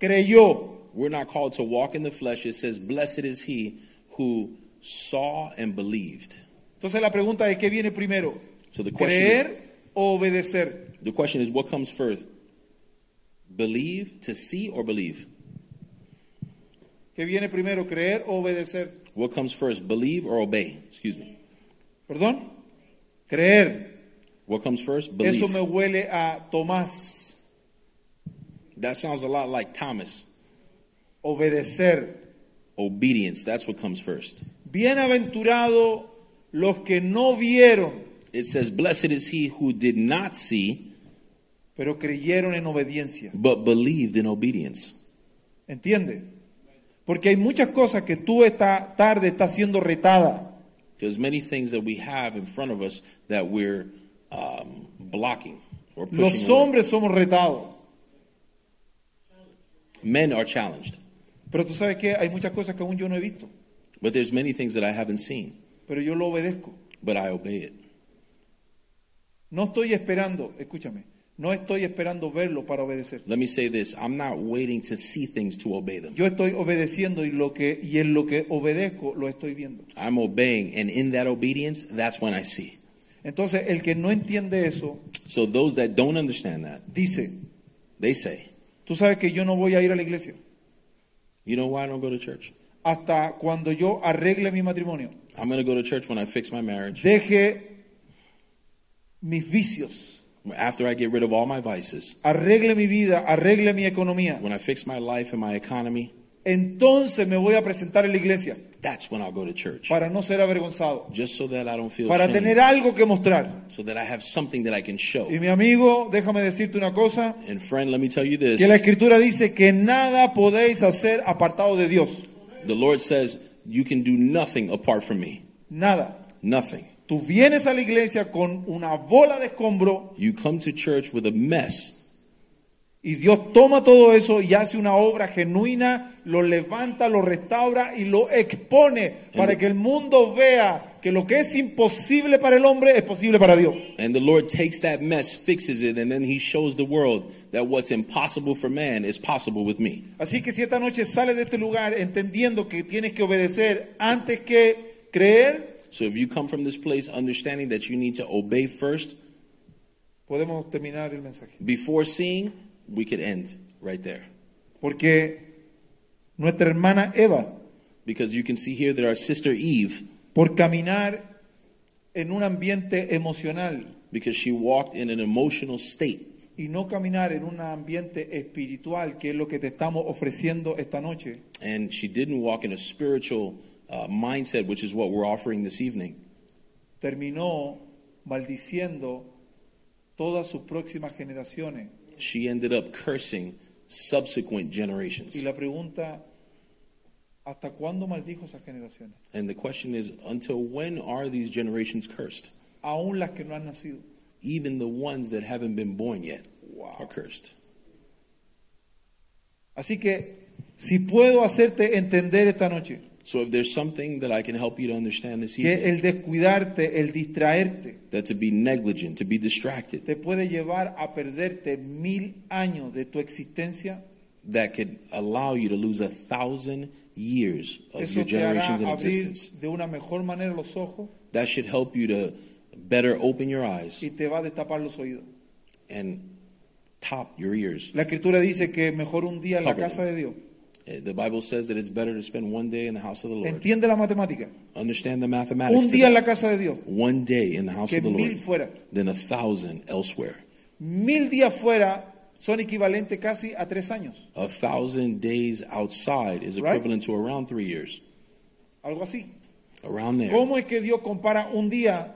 S2: creyó.
S3: We're not called to walk in the flesh. It says, "Blessed is he who saw and believed."
S2: Entonces la pregunta es, ¿qué viene primero?
S3: So the question
S2: ¿Creer o obedecer?
S3: The question is, what comes first? Believe to see or believe?
S2: ¿Qué viene primero, creer o obedecer?
S3: What comes first, believe or obey? Excuse me.
S2: ¿Perdón? Creer.
S3: What comes first,
S2: Eso me
S3: believe?
S2: huele a Tomás.
S3: That sounds a lot like Thomas.
S2: Obedecer.
S3: Obedience. That's what comes first.
S2: Bienaventurado los que no vieron.
S3: It says, "Blessed is he who did not see."
S2: pero creyeron en obediencia.
S3: but believed in obedience.
S2: ¿Entiende? Porque hay muchas cosas que tú esta tarde estás siendo retada.
S3: There's many things that we have in front of us that we're um, blocking or pushing.
S2: Los
S3: away.
S2: hombres somos retados.
S3: Men are challenged,
S2: Pero tú sabes que hay muchas cosas que aún yo no he visto,
S3: but there's many things that I haven't seen,
S2: pero yo lo obedezco.
S3: but I obey it.
S2: No estoy esperando, escúchame, no estoy esperando verlo para obedecer.
S3: Let me say this I'm not waiting to see things to obey them.
S2: Yo estoy obedeciendo y lo que y en lo que obedezco lo estoy viendo.
S3: I'm obeying, and in that obedience, that's when I see.
S2: Entonces, el que no entiende eso
S3: So those that don't understand that,
S2: dice,
S3: they say,
S2: tú sabes que yo no voy a ir a la iglesia
S3: you know why I don't go to church?
S2: hasta cuando yo arregle mi matrimonio,
S3: I'm going to go to church when I fix my marriage,
S2: deje mis vicios,
S3: after I get rid of all my vices,
S2: arregle mi vida, arregle mi economía.
S3: when I fix my life and my economy,
S2: Entonces me voy a presentar en la iglesia
S3: that's when I'll go to church.
S2: para no ser avergonzado,
S3: Just so that I don't feel
S2: para
S3: shame,
S2: tener algo que mostrar.
S3: so that I have something that I can show.
S2: Y mi amigo, déjame decirte una cosa,
S3: And friend, let me tell you this.
S2: que la escritura dice que nada podéis hacer apartado de Dios,
S3: The Lord says, You can do nothing apart from me.
S2: nada.
S3: Nothing.
S2: Tú vienes a la iglesia con una bola de escombro
S3: You come to church with a mess,
S2: y Dios toma todo eso y hace una obra genuina, lo levanta, lo restaura y lo expone para que el mundo vea que lo que es imposible para el hombre es posible para Dios.
S3: and the Lord takes that mess, fixes it, and then He shows the world that what's impossible for man is possible with me.
S2: Así que si esta noche sales de este lugar entendiendo que tienes que obedecer antes que creer,
S3: So if you come from this place understanding that you need to obey first
S2: podemos terminar el mensaje.
S3: before seeing, we could end right there.
S2: Porque nuestra hermana Eva,
S3: Because you can see here that our sister Eve,
S2: por caminar en un ambiente emocional
S3: because she walked in an emotional state
S2: y no caminar en un ambiente espiritual, que es lo que te estamos ofreciendo esta noche,
S3: and she didn't walk in a spiritual uh, mindset, which is what we're offering this evening,
S2: terminó maldiciendo todas sus próximas generaciones.
S3: she ended up cursing subsequent generations.
S2: Y la pregunta, ¿hasta cuándo maldijo esas generaciones?
S3: And the question is until when are these generations cursed?
S2: Aún las que no han nacido.
S3: Even the ones that haven't been born yet
S2: Wow.
S3: are cursed.
S2: Así que si puedo hacerte entender esta noche
S3: So if there's something that I can help you to understand this evening,
S2: que el descuidarte, el distraerte,
S3: that to be negligent, to be distracted,
S2: te puede llevar a perderte mil años de tu existencia,
S3: that could allow you to lose a thousand years of
S2: eso
S3: your
S2: te hará
S3: generations in
S2: abrir
S3: existence.
S2: de una mejor manera los ojos
S3: That should help you to better open your eyes
S2: y te va a destapar los oídos.
S3: and top your ears.
S2: La escritura dice que mejor un día en la
S3: Cover
S2: casa de Dios.
S3: Eh, The Bible says that it's better to spend one day in the house of the Lord.
S2: Entiende la matemática.
S3: Understand the mathematics.
S2: Un
S3: to
S2: día en
S3: that.
S2: la casa de Dios,
S3: One day in the house
S2: que
S3: of the
S2: mil
S3: Lord
S2: fuera.
S3: than a thousand elsewhere.
S2: Mil días fuera son equivalentes casi a tres años,
S3: A thousand days outside is
S2: Right.
S3: equivalent to around three years.
S2: algo así.
S3: Around there.
S2: ¿Cómo es que Dios compara un día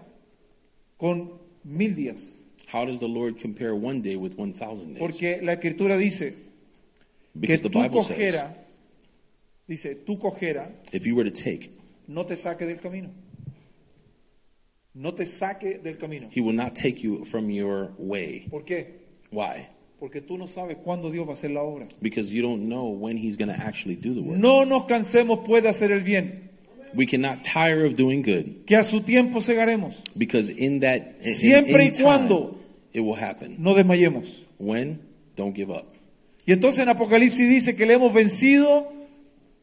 S2: con mil días?
S3: How does the Lord compare one day with one thousand days?
S2: Porque la escritura dice que
S3: Because the
S2: tú
S3: Bible says,
S2: cojera, dice, tú cojera,
S3: if you were to take,
S2: no te saque del camino. No te saque del camino.
S3: He will not take you from your way.
S2: ¿Por qué?
S3: Why?
S2: Porque tú no sabes cuándo Dios va a hacer la obra.
S3: Because you don't know when He's going to actually do the
S2: Pues
S3: work.
S2: No nos cansemos pues de hacer el bien,
S3: We cannot tire of doing good
S2: que a su tiempo segaremos.
S3: because in that, in-
S2: Siempre
S3: in,
S2: y
S3: in time,
S2: cuando.
S3: it will happen.
S2: No desmayemos.
S3: When? Don't give up.
S2: Y entonces en Apocalipsis dice que le hemos vencido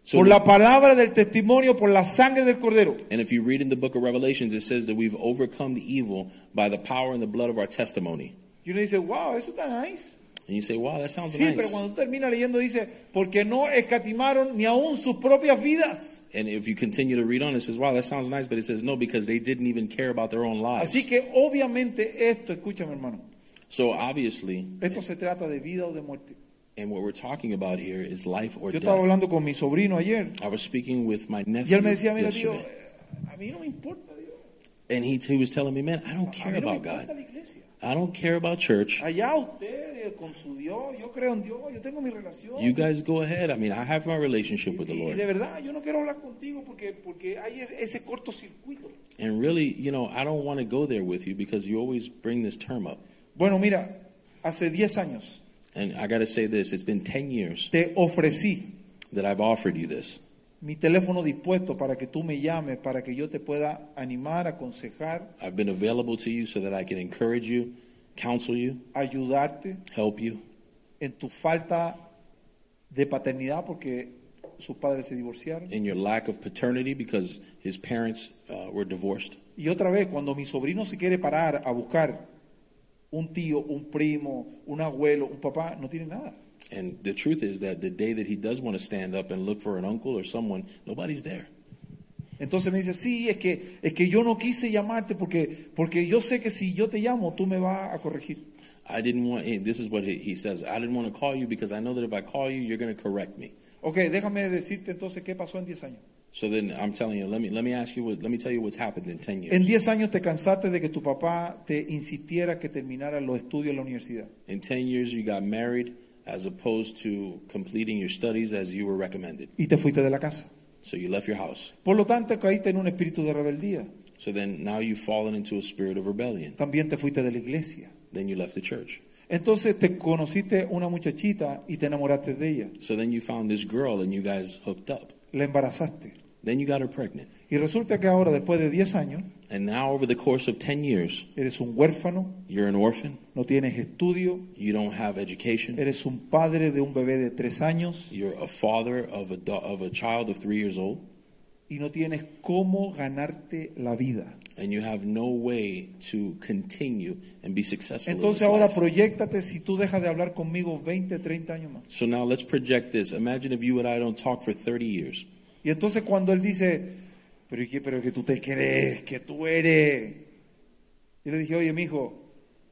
S3: So,
S2: por la palabra del testimonio, por la sangre del cordero.
S3: and if you read in the book of Revelations, it says that we've overcome the evil by the power and the blood of our testimony.
S2: Y uno dice, wow, eso está nice.
S3: And you say, wow, that sounds
S2: Sí, pero
S3: nice.
S2: cuando tú terminas leyendo dice, porque no escatimaron ni aún sus propias vidas.
S3: And if you continue to read on, it says, wow, that sounds nice, but it says no because they didn't even care about their own lives.
S2: Así que obviamente esto, escúchame hermano,
S3: So obviously,
S2: esto se trata de vida o de muerte.
S3: and what we're talking about here is life or
S2: Yo
S3: death.
S2: estaba hablando con mi sobrino ayer
S3: I was speaking with my nephew
S2: y él me decía, mira tío,
S3: yesterday,
S2: eh, a mí no me importa Dios,
S3: and he, he was telling me, man, I don't
S2: a
S3: care
S2: mí no me
S3: about
S2: importa la
S3: God.
S2: iglesia.
S3: I don't care about church.
S2: Allá ustedes con su Dios, yo creo en Dios, yo tengo mi relación.
S3: You guys go ahead. I mean, I have my relationship with the
S2: Y de
S3: Lord.
S2: verdad, yo no quiero hablar contigo porque, porque hay ese, ese cortocircuito.
S3: And really, you know, I don't want to go there with you because you always bring this term up.
S2: Bueno, mira, hace 10 años
S3: And I got to say this it's been 10 years
S2: te ofrecí
S3: that I've offered you this
S2: mi teléfono dispuesto para que tú me llames, para que yo te pueda animar, aconsejar,
S3: I've been available to you so that I can encourage you, counsel you,
S2: ayudarte
S3: help you
S2: en tu falta de paternidad porque sus padres se divorciaron.
S3: in your lack of paternity because his parents uh, were divorced.
S2: Y otra vez, cuando mi sobrino se quiere parar a buscar un tío, un primo, un abuelo, un papá, no tiene nada.
S3: And the truth is that the day that he does want to stand up and look for an uncle or someone, nobody's there.
S2: Entonces me dice, sí, es que, es que yo no quise llamarte porque, porque yo sé que si yo te llamo, tú me vas a corregir.
S3: I didn't want, and this is what he, he says, I didn't want to call you because I know that if I call you, you're going to correct me.
S2: Ok, déjame decirte entonces qué pasó en 10 años.
S3: So then I'm telling you, let me, let me ask you, what, let me tell you what's happened in 10 years.
S2: En 10 años te cansaste de que tu papá te insistiera que terminara los estudios en la universidad.
S3: in 10 years, you got married as opposed to completing your studies as you were recommended.
S2: Y te fuiste de la casa.
S3: So you left your house.
S2: Por lo tanto, caíste en un espíritu de rebeldía.
S3: So then now you've fallen into a spirit of rebellion.
S2: También te fuiste de la iglesia.
S3: Then you left the church.
S2: Entonces te conociste una muchachita y te enamoraste de ella.
S3: So then you found this girl and you guys hooked up.
S2: La embarazaste.
S3: Then you got her pregnant.
S2: Y resulta que ahora, después de 10 años,
S3: And now, over the course of 10 years,
S2: eres un huérfano,
S3: you're an orphan,
S2: no tienes estudio,
S3: you don't have education,
S2: eres un padre de un bebé de 3 años
S3: you're a father of a, do- of a child of three years old,
S2: y no tienes cómo ganarte la vida.
S3: and you have no way to continue and be successful. in this
S2: Entonces ahora
S3: life.
S2: proyectate si tú dejas de hablar conmigo 20, 30 años más.
S3: so now let's project this. Imagine if you and I don't talk for 30 years.
S2: Y entonces cuando él dice, pero, ¿y qué, pero que tú te crees, que tú eres. Yo le dije, oye, mijo,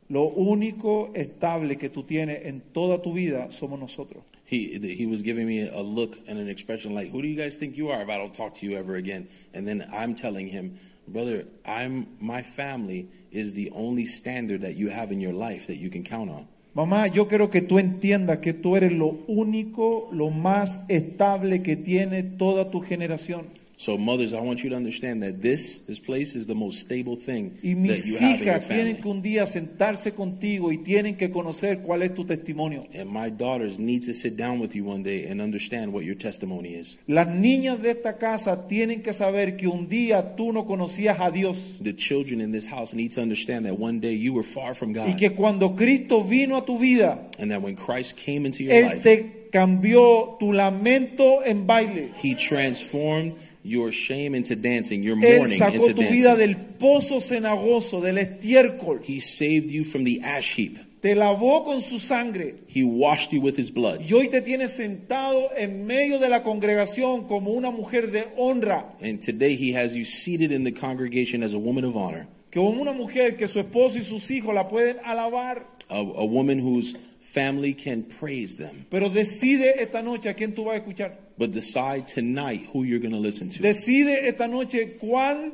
S2: lo único estable que tú tienes en toda tu vida somos nosotros.
S3: He, th- he was giving me a look and an expression like, Who do you guys think you are if I don't talk to you ever again? And then I'm telling him, Brother, I'm, my family is the only standard that you have in your life that you can count on.
S2: Mamá, yo quiero que tú entiendas que tú eres lo único, lo más estable que tiene toda tu generación.
S3: So, mothers, I want you to understand that this, this place is the most stable thing
S2: Y
S3: that you
S2: mis
S3: have in your
S2: hijas tienen que
S3: family.
S2: un día sentarse contigo y tienen que conocer cuál es tu testimonio.
S3: And my daughters need to sit down with you one day and understand what your testimony is.
S2: Las niñas de esta casa tienen que saber que un día tú no conocías a Dios.
S3: The children in this house need to understand that one day you were far from
S2: Y
S3: God
S2: que cuando Cristo vino a tu vida,
S3: and that when Christ came into your
S2: Él
S3: life,
S2: te cambió tu lamento en baile.
S3: He transformed your shame into dancing, your
S2: Él
S3: mourning
S2: sacó
S3: into
S2: tu vida
S3: dancing.
S2: del pozo cenagoso, del estiércol.
S3: He saved you from the ash heap.
S2: Te lavó con su sangre.
S3: He washed you with his blood.
S2: Y hoy te tienes sentado en medio de la congregación como una mujer de honra,
S3: And today he has you seated in the congregation as a woman of honor,
S2: como una mujer que su esposo y sus hijos la pueden alabar.
S3: a, a woman whose family can praise them.
S2: Pero decide esta noche a quién tú vas a escuchar.
S3: But decide tonight who you're going to listen to.
S2: Decide esta noche cuál,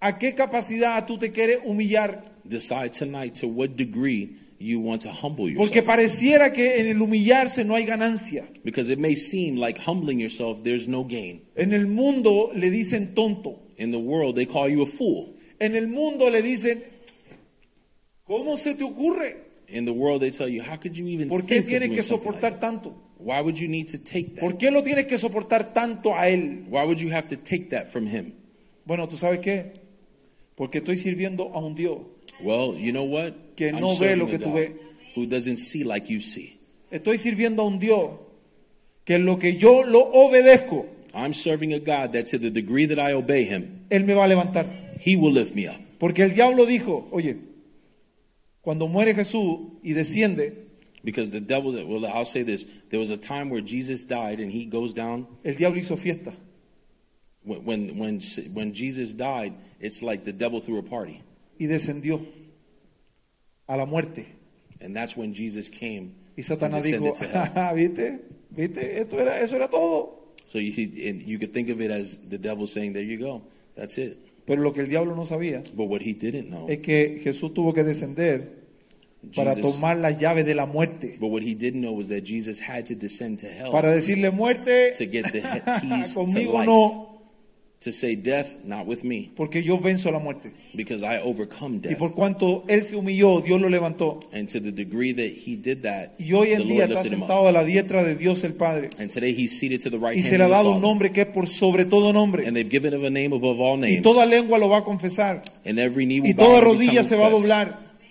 S2: a qué capacidad tú te quieres humillar.
S3: decide tonight to what degree you want to humble yourself.
S2: Porque pareciera que en el humillarse no hay ganancia.
S3: because it may seem like humbling yourself, there's no gain.
S2: En el mundo le dicen tonto.
S3: In the world, they call you a fool.
S2: En el mundo le dicen, ¿cómo se te ocurre?
S3: In the world, they tell you, how could you even
S2: ¿Por qué
S3: think of
S2: tienes
S3: doing
S2: que
S3: something like
S2: soportar tanto?
S3: that? Why would you need to take that?
S2: ¿Por qué lo tienes que soportar tanto a él?
S3: Why would you have to take that from him?
S2: Bueno, ¿tú sabes qué? Porque estoy sirviendo a un Dios.
S3: Well, you know what?
S2: Que
S3: I'm
S2: no ve
S3: serving
S2: lo
S3: a
S2: que tú
S3: God
S2: ves.
S3: Who doesn't see like you see.
S2: Estoy sirviendo a un Dios que en lo que yo lo obedezco,
S3: I'm serving a God that to the degree that I obey him,
S2: Él me va a levantar.
S3: he will lift me up.
S2: Porque el diablo dijo, oye, cuando muere Jesús y desciende,
S3: Because the devil, well, I'll say this. There was a time where Jesus died and he goes down
S2: el diablo hizo fiesta.
S3: when when when, when Jesus died, it's like the devil threw a party,
S2: y descendió a la muerte.
S3: and that's when Jesus came.
S2: Y
S3: and
S2: Satanás
S3: descended
S2: dijo,
S3: to hell.
S2: "Ajá, ¿viste? ¿Viste? Esto era, eso era todo.
S3: So you see, and you could think of it as the devil saying, "There you go, that's it."
S2: Pero lo que el diablo no sabía
S3: But what he didn't know,
S2: es que Jesús tuvo que descender Eh, para
S3: Jesus-
S2: tomar la llave de la muerte.
S3: but what he didn't know was that Jesus had to descend to hell
S2: Para decirle muerte,
S3: to get the he- keys to
S2: conmigo
S3: life.
S2: no.
S3: to say, Death, not with me,
S2: porque yo venzo la muerte.
S3: because I overcome
S2: Y
S3: death.
S2: por cuanto él se humilló, Dios lo levantó.
S3: And to the degree that he did that,
S2: Y hoy
S3: the
S2: en día
S3: Lord
S2: está
S3: lifted him
S2: sentado
S3: up.
S2: a la diestra de Dios el Padre.
S3: And today he's seated to the right
S2: Y se
S3: hand
S2: le ha
S3: of the
S2: dado un
S3: Father.
S2: nombre que es por sobre todo nombre.
S3: And they've given him a name above all
S2: Y
S3: names.
S2: toda lengua lo va a confesar.
S3: And every knee will
S2: Y
S3: bow
S2: toda
S3: and every tongue
S2: rodilla
S3: will
S2: se va a
S3: confess.
S2: doblar.
S3: Every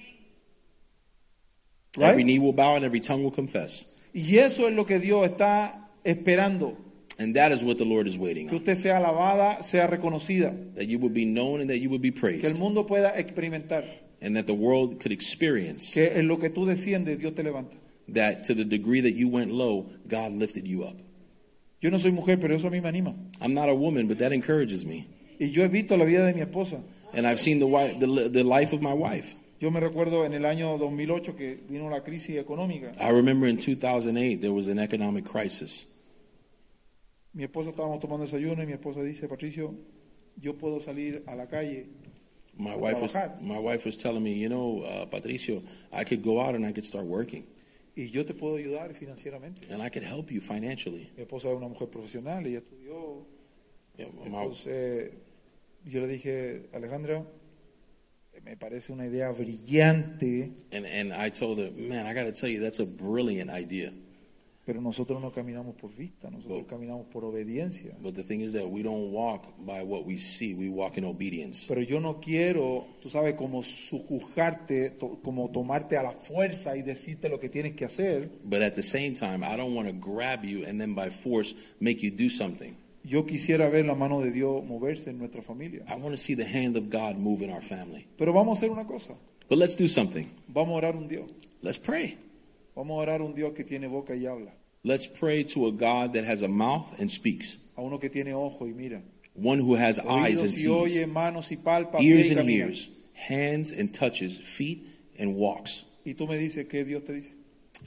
S2: Right?
S3: knee will bow and every tongue will confess.
S2: Y eso es lo que Dios está esperando.
S3: And that is what the Lord is waiting
S2: Que
S3: on.
S2: usted sea alabada, sea reconocida.
S3: That you would be known and that you would be
S2: Que el
S3: praised.
S2: mundo pueda experimentar.
S3: And that the world could experience
S2: Que en lo que tú desciendes, Dios te levanta.
S3: that to the degree that you went low, God lifted you up.
S2: Yo no soy mujer, pero eso a mí me anima.
S3: I'm not a woman, but that encourages me.
S2: Y yo he visto la vida de mi esposa.
S3: And I've seen the, wife, the, li- the life of my wife.
S2: Yo me recuerdo en el año 2008 que vino la crisis económica.
S3: I remember in 2008, there was an economic crisis.
S2: Mi esposa estábamos tomando desayuno y mi esposa dice, Patricio, yo puedo salir a la calle.
S3: My wife was
S2: trabajar.
S3: my wife was telling me, you know, uh, Patricio, I could go out and I could start working,
S2: y yo te puedo ayudar financieramente.
S3: and I could help you financially.
S2: Mi esposa es una mujer profesional, ella estudió.
S3: Yeah, my-
S2: Entonces eh, yo le dije, Alejandra, me parece una idea brillante,
S3: and and I told her, man, I got to tell you, that's a brilliant idea.
S2: pero nosotros no caminamos por vista, nosotros
S3: Oh.
S2: caminamos por obediencia.
S3: But the thing is that we don't walk by what we see; we walk in obedience.
S2: Pero yo no quiero, tú sabes, como sujuzgarte, to- como tomarte a la fuerza y decirte lo que tienes que hacer.
S3: But at the same time, I don't want to grab you and then by force make you do something.
S2: Yo quisiera ver la mano de Dios moverse en nuestra familia.
S3: I want to see the hand of God move in our family.
S2: Pero vamos a hacer una cosa,
S3: But let's do something.
S2: vamos a orar un Dios,
S3: Let's pray.
S2: vamos a orar un Dios que tiene boca y habla.
S3: Let's pray to a God that has a mouth and speaks,
S2: a uno que tiene ojo y mira,
S3: one who has eyes
S2: oídos
S3: and
S2: y
S3: sees.
S2: oye, manos y palpa, pie
S3: ears
S2: y
S3: and
S2: camina.
S3: ears, hands and touches, feet and walks.
S2: Y tú me dices qué Dios te dice.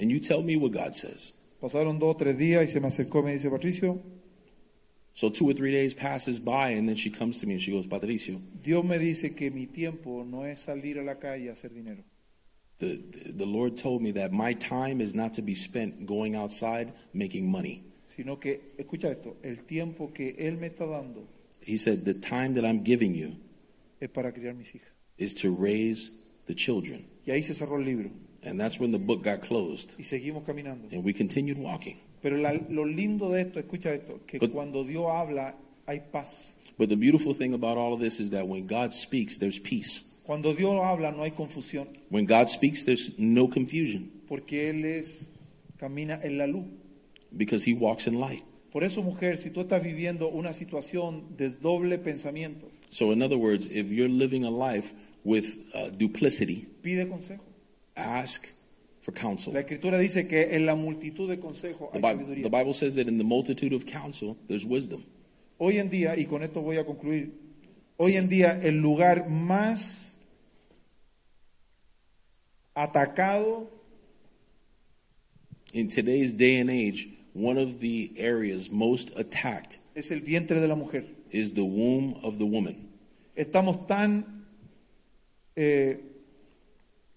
S3: And you tell me what God says.
S2: Pasaron dos o tres días y se me acercó y me dice, Patricio,
S3: So two or three days passes by, and then she comes to me and she goes, Patricio,
S2: Dios me dice que mi tiempo no es salir a la calle a hacer dinero.
S3: the, the, the Lord told me that my time is not to be spent going outside making money.
S2: Sino que, escucha esto, el tiempo que Él me está dando
S3: He said, the time that I'm giving you
S2: es para criar mis hijas.
S3: is to raise the children.
S2: Y ahí se cerró el libro
S3: And that's when the book got closed.
S2: y seguimos caminando.
S3: And we continued walking.
S2: Pero la- lo lindo de esto, escucha esto, que
S3: But-
S2: cuando Dios habla hay paz.
S3: But the beautiful thing about all of this is that when God speaks, there's peace.
S2: Cuando Dios habla no hay confusión,
S3: When God speaks, there's no confusion
S2: porque Él es, camina en la luz.
S3: because He walks in light.
S2: Por eso, mujer, si tú estás viviendo una situación de doble pensamiento,
S3: So, in other words, if you're living a life with uh, duplicity,
S2: pide consejo.
S3: ask for counsel.
S2: La escritura dice que en la multitud de consejos
S3: The,
S2: hay
S3: Bi- the
S2: sabiduría.
S3: Bible says that in the multitude of counsel, there's wisdom.
S2: Hoy en día, y con esto voy a concluir, hoy en día el lugar más atacado
S3: In today's day and age, one of the areas most attacked
S2: es el vientre de la mujer.
S3: is the womb of the woman.
S2: Estamos tan eh,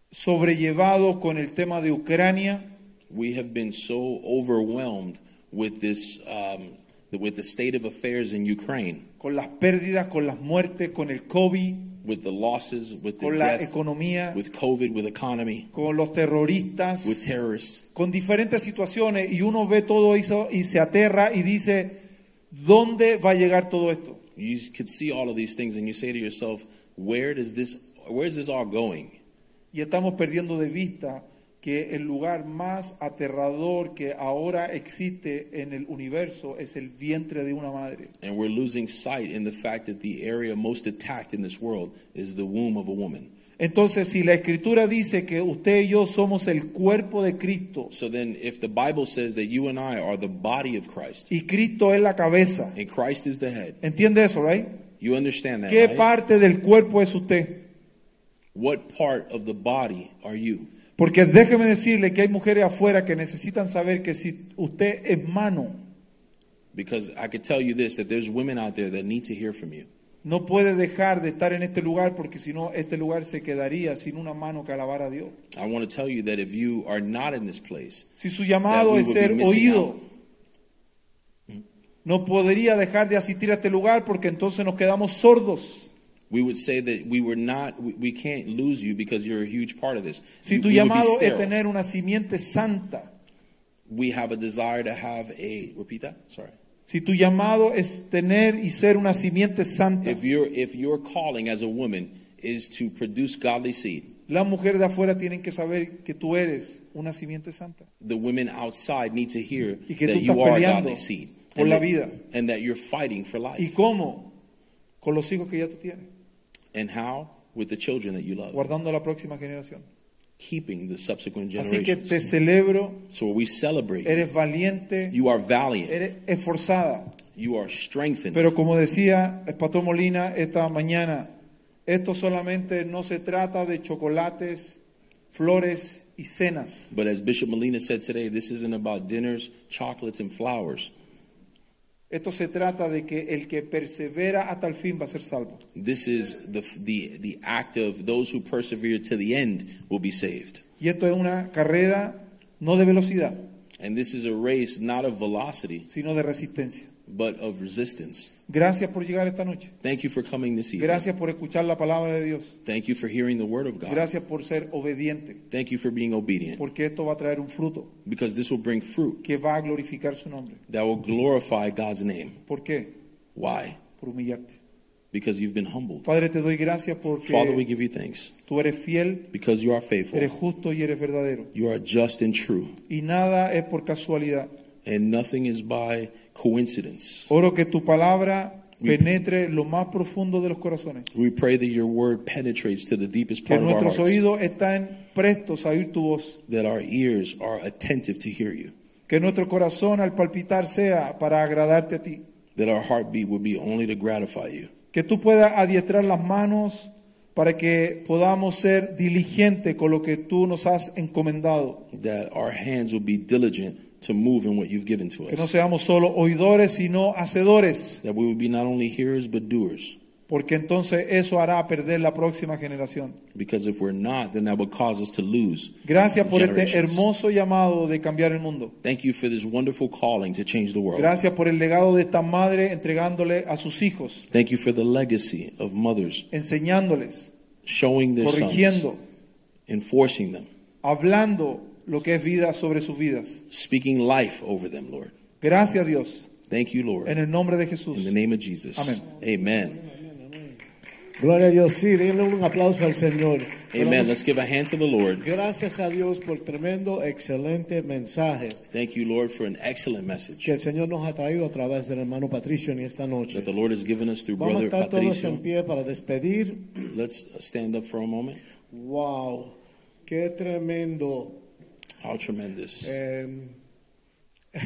S2: sobrellevados con el tema de Ucrania,
S3: We have been so overwhelmed with this, um, with the state of affairs in Ukraine,
S2: con las pérdidas, con las muertes, con el COVID,
S3: with the losses, with the
S2: con la
S3: death,
S2: economía.
S3: with COVID, with economy,
S2: con los terroristas,
S3: with terrorists.
S2: con diferentes situaciones, y uno ve todo eso y se aterra y dice, ¿dónde va a llegar todo esto?
S3: You could see all of these things, and you say to yourself, "Where does this? Where is this all going?"
S2: Y estamos perdiendo de vista que el lugar más aterrador que ahora existe en el universo es el vientre de una madre.
S3: And we're losing sight in the fact that the area most attacked in this world is the womb of a woman.
S2: Entonces, si la escritura dice que usted y yo somos el cuerpo de Cristo
S3: So then, if the Bible says that you and I are the body of Christ,
S2: y Cristo es la cabeza,
S3: and Christ is the head,
S2: ¿entiende eso, right?
S3: you understand that,
S2: ¿Qué
S3: right?
S2: parte del cuerpo es usted?
S3: What part of the body are you?
S2: Porque déjeme decirle que hay mujeres afuera que necesitan saber que si usted es mano,
S3: Because I could tell you this: that there's women out there that need to hear from you.
S2: no puede dejar de estar en este lugar porque si no, este lugar se quedaría sin una mano que alabara a Dios.
S3: I want to tell you that if you are not in this place,
S2: Si su
S3: that
S2: llamado
S3: we
S2: es
S3: will be
S2: ser
S3: missing
S2: oído,
S3: out.
S2: No podría dejar de asistir a este lugar porque entonces nos quedamos sordos.
S3: We would say that we were not, we, we can't lose you because you're a huge part of this.
S2: Si
S3: You-
S2: tu
S3: we would be
S2: llamado es
S3: sterile.
S2: tener una simiente santa,
S3: we have a desire to have a, repeat that, sorry.
S2: si tu llamado es tener y ser una simiente santa,
S3: If your if your calling as a woman is to produce godly seed,
S2: las mujeres de afuera tienen que saber que tú eres una simiente santa.
S3: the women outside need to hear
S2: Y que
S3: that
S2: tú estás
S3: you are
S2: peleando
S3: godly seed
S2: por
S3: and,
S2: la
S3: that,
S2: vida.
S3: and that you're fighting for life.
S2: ¿Y cómo? Con los hijos que ya tú tienes,
S3: and how with the children that you love,
S2: guardando a la próxima generación.
S3: keeping the subsequent
S2: Así que
S3: generations.
S2: te celebro,
S3: so we celebrate.
S2: eres valiente,
S3: you are valiant.
S2: eres esforzada.
S3: you are strengthened.
S2: Pero como decía el pastor Molina esta mañana, esto solamente no se trata de chocolates, flores y cenas.
S3: but as Bishop Molina said today, this isn't about dinners, chocolates, and flowers.
S2: Esto se trata de que el que persevera hasta el fin va a ser salvo.
S3: This is the the the act of those who persevere to the end will be saved.
S2: Y esto es una carrera no de velocidad,
S3: And this is a race not of velocity,
S2: sino de resistencia.
S3: but of resistance.
S2: Gracias por llegar esta noche.
S3: Thank you for coming this evening.
S2: Gracias por escuchar la palabra de Dios.
S3: Thank you for hearing the word of God.
S2: Gracias por ser obediente,
S3: Thank you for being obedient,
S2: porque esto va a traer un fruto
S3: because this will bring fruit
S2: que va a glorificar su nombre.
S3: that will glorify God's name.
S2: ¿Por qué?
S3: Why?
S2: Por humillarte.
S3: Because you've been humbled.
S2: Padre, te doy gracias
S3: Father, we Oh.
S2: porque
S3: give you thanks
S2: tú eres fiel
S3: because you are faithful.
S2: Eres justo y eres verdadero.
S3: You are just and true,
S2: Y nada es por casualidad.
S3: and nothing is by coincidence.
S2: Oro que tu palabra penetre lo más profundo de los corazones.
S3: We pray that your word penetrates to the deepest
S2: Que
S3: part of our
S2: nuestros
S3: hearts,
S2: oídos estén prestos a oír tu voz.
S3: that our ears are attentive to hear you,
S2: Que nuestro corazón al palpitar sea para agradarte a ti.
S3: that our heartbeat will be only to gratify you.
S2: Que tú puedas adiestrar las manos para que podamos ser diligentes con lo que tú nos has encomendado.
S3: that our hands will be diligent to move in what you've given to
S2: Que no
S3: us.
S2: seamos solo oidores, sino hacedores.
S3: That we will be not only hearers but doers.
S2: Porque entonces eso hará perder la próxima generación.
S3: Because if we're not, then that will cause us to lose.
S2: Gracias por este
S3: generations.
S2: hermoso llamado de cambiar el mundo.
S3: Thank you for this wonderful calling to change the world.
S2: Gracias por el legado de esta madre entregándole a sus hijos,
S3: Thank you for the legacy of mothers
S2: enseñándoles,
S3: showing their sons,
S2: corrigiendo,
S3: enforcing them,
S2: hablando lo que es vida sobre sus vidas.
S3: speaking life over them, Lord.
S2: Gracias Dios,
S3: Thank you, Lord.
S2: en el nombre de
S3: In
S2: Jesús.
S3: the name of Jesus.
S2: Amén.
S3: Amen.
S4: Gloria a Dios, sí, denle un aplauso al Señor. pues,
S3: Amen. Let's give a hand to the Lord.
S4: Gracias a Dios por tremendo, excelente mensaje
S3: Thank you, Lord, for an excellent message
S4: que el Señor nos ha traído a través del hermano Patricio en esta noche.
S3: that the Lord has given us through
S4: Vamos a
S3: Brother
S4: estar todos en
S3: Patricio.
S4: pie para despedir.
S3: Let's stand up for a moment.
S4: Wow, qué tremendo.
S3: How tremendous.
S4: Eh,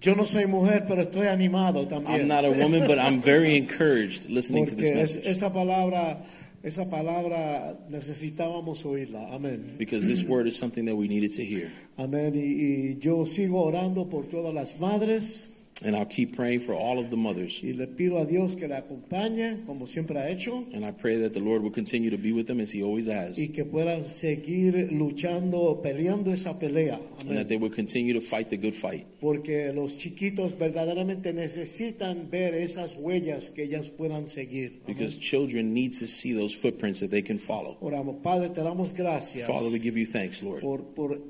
S4: yo no soy mujer, pero estoy animado también.
S3: I'm not a woman, but I'm very encouraged listening to this
S4: Porque es-
S3: message
S4: esa palabra, esa palabra necesitábamos oírla. Amén.
S3: because this word is something that we needed to hear.
S4: Amén. Y, y yo sigo orando por todas las madres
S3: And I'll keep praying for all of the mothers.
S4: y le pido a Dios que la acompañe, como siempre ha hecho,
S3: And I pray that the Lord will continue to be with them as He always has,
S4: y que puedan seguir luchando, peleando esa pelea.
S3: and that
S4: Amén.
S3: they will continue to fight the good fight
S4: Porque los chiquitos verdaderamente necesitan ver esas huellas que ellas puedan seguir. Amén.
S3: because children need to see those footprints that they can follow.
S4: Oramos, Padre, te damos gracias
S3: Father, we give you thanks, Lord,
S4: por, por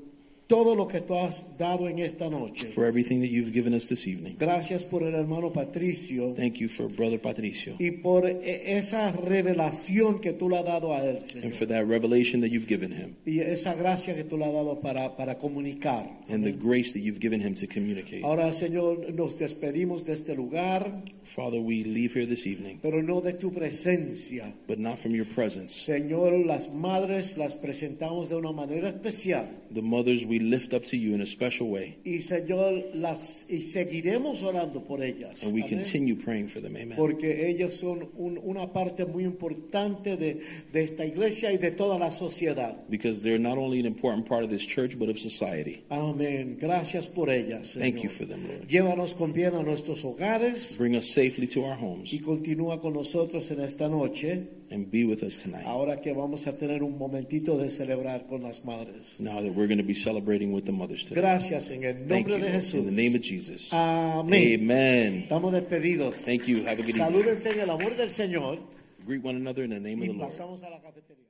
S4: todo lo que tú has dado en esta noche.
S3: for everything that you've given us this evening.
S4: Gracias por el hermano Patricio.
S3: Thank you for Brother Patricio
S4: y por e- esa revelación que tú le has dado a él,
S3: and
S4: Señor.
S3: for that revelation that you've given him
S4: Y esa gracia que tú le has dado para, para comunicar.
S3: and the grace that you've given him to communicate.
S4: Ahora, Señor, nos despedimos de este lugar,
S3: Father, we leave here this evening,
S4: pero no de tu presencia.
S3: but not from your presence.
S4: Señor, las madres las presentamos de una manera especial.
S3: The mothers we lift up to you in a special way,
S4: Y, Señor, las, y seguiremos orando por ellas.
S3: and we
S4: Amén.
S3: continue praying for them. Amen.
S4: Porque ellas son un- una parte muy importante de, de esta iglesia y de toda la sociedad.
S3: Because they're not only an important part of this church, but of society.
S4: Amén. Gracias por ellas. Señor.
S3: Thank you for them, Lord.
S4: Llévanos con bien a nuestros hogares
S3: Bring us safely to our
S4: y
S3: homes
S4: continúa con nosotros en esta noche.
S3: and be with us tonight.
S4: Ahora que vamos a tener un momentito de celebrar con las madres.
S3: Now that we're going to be celebrating with the mothers today.
S4: Gracias en el
S3: Thank
S4: nombre
S3: you.
S4: de
S3: Lord.
S4: Jesús.
S3: In the name of Jesus.
S4: Amén.
S3: Amen.
S4: Estamos despedidos.
S3: Thank you. Have a good evening.
S4: Salúdense en el amor del Señor
S3: Greet one another in the name of
S4: y
S3: the Lord.
S4: pasamos a la cafetería.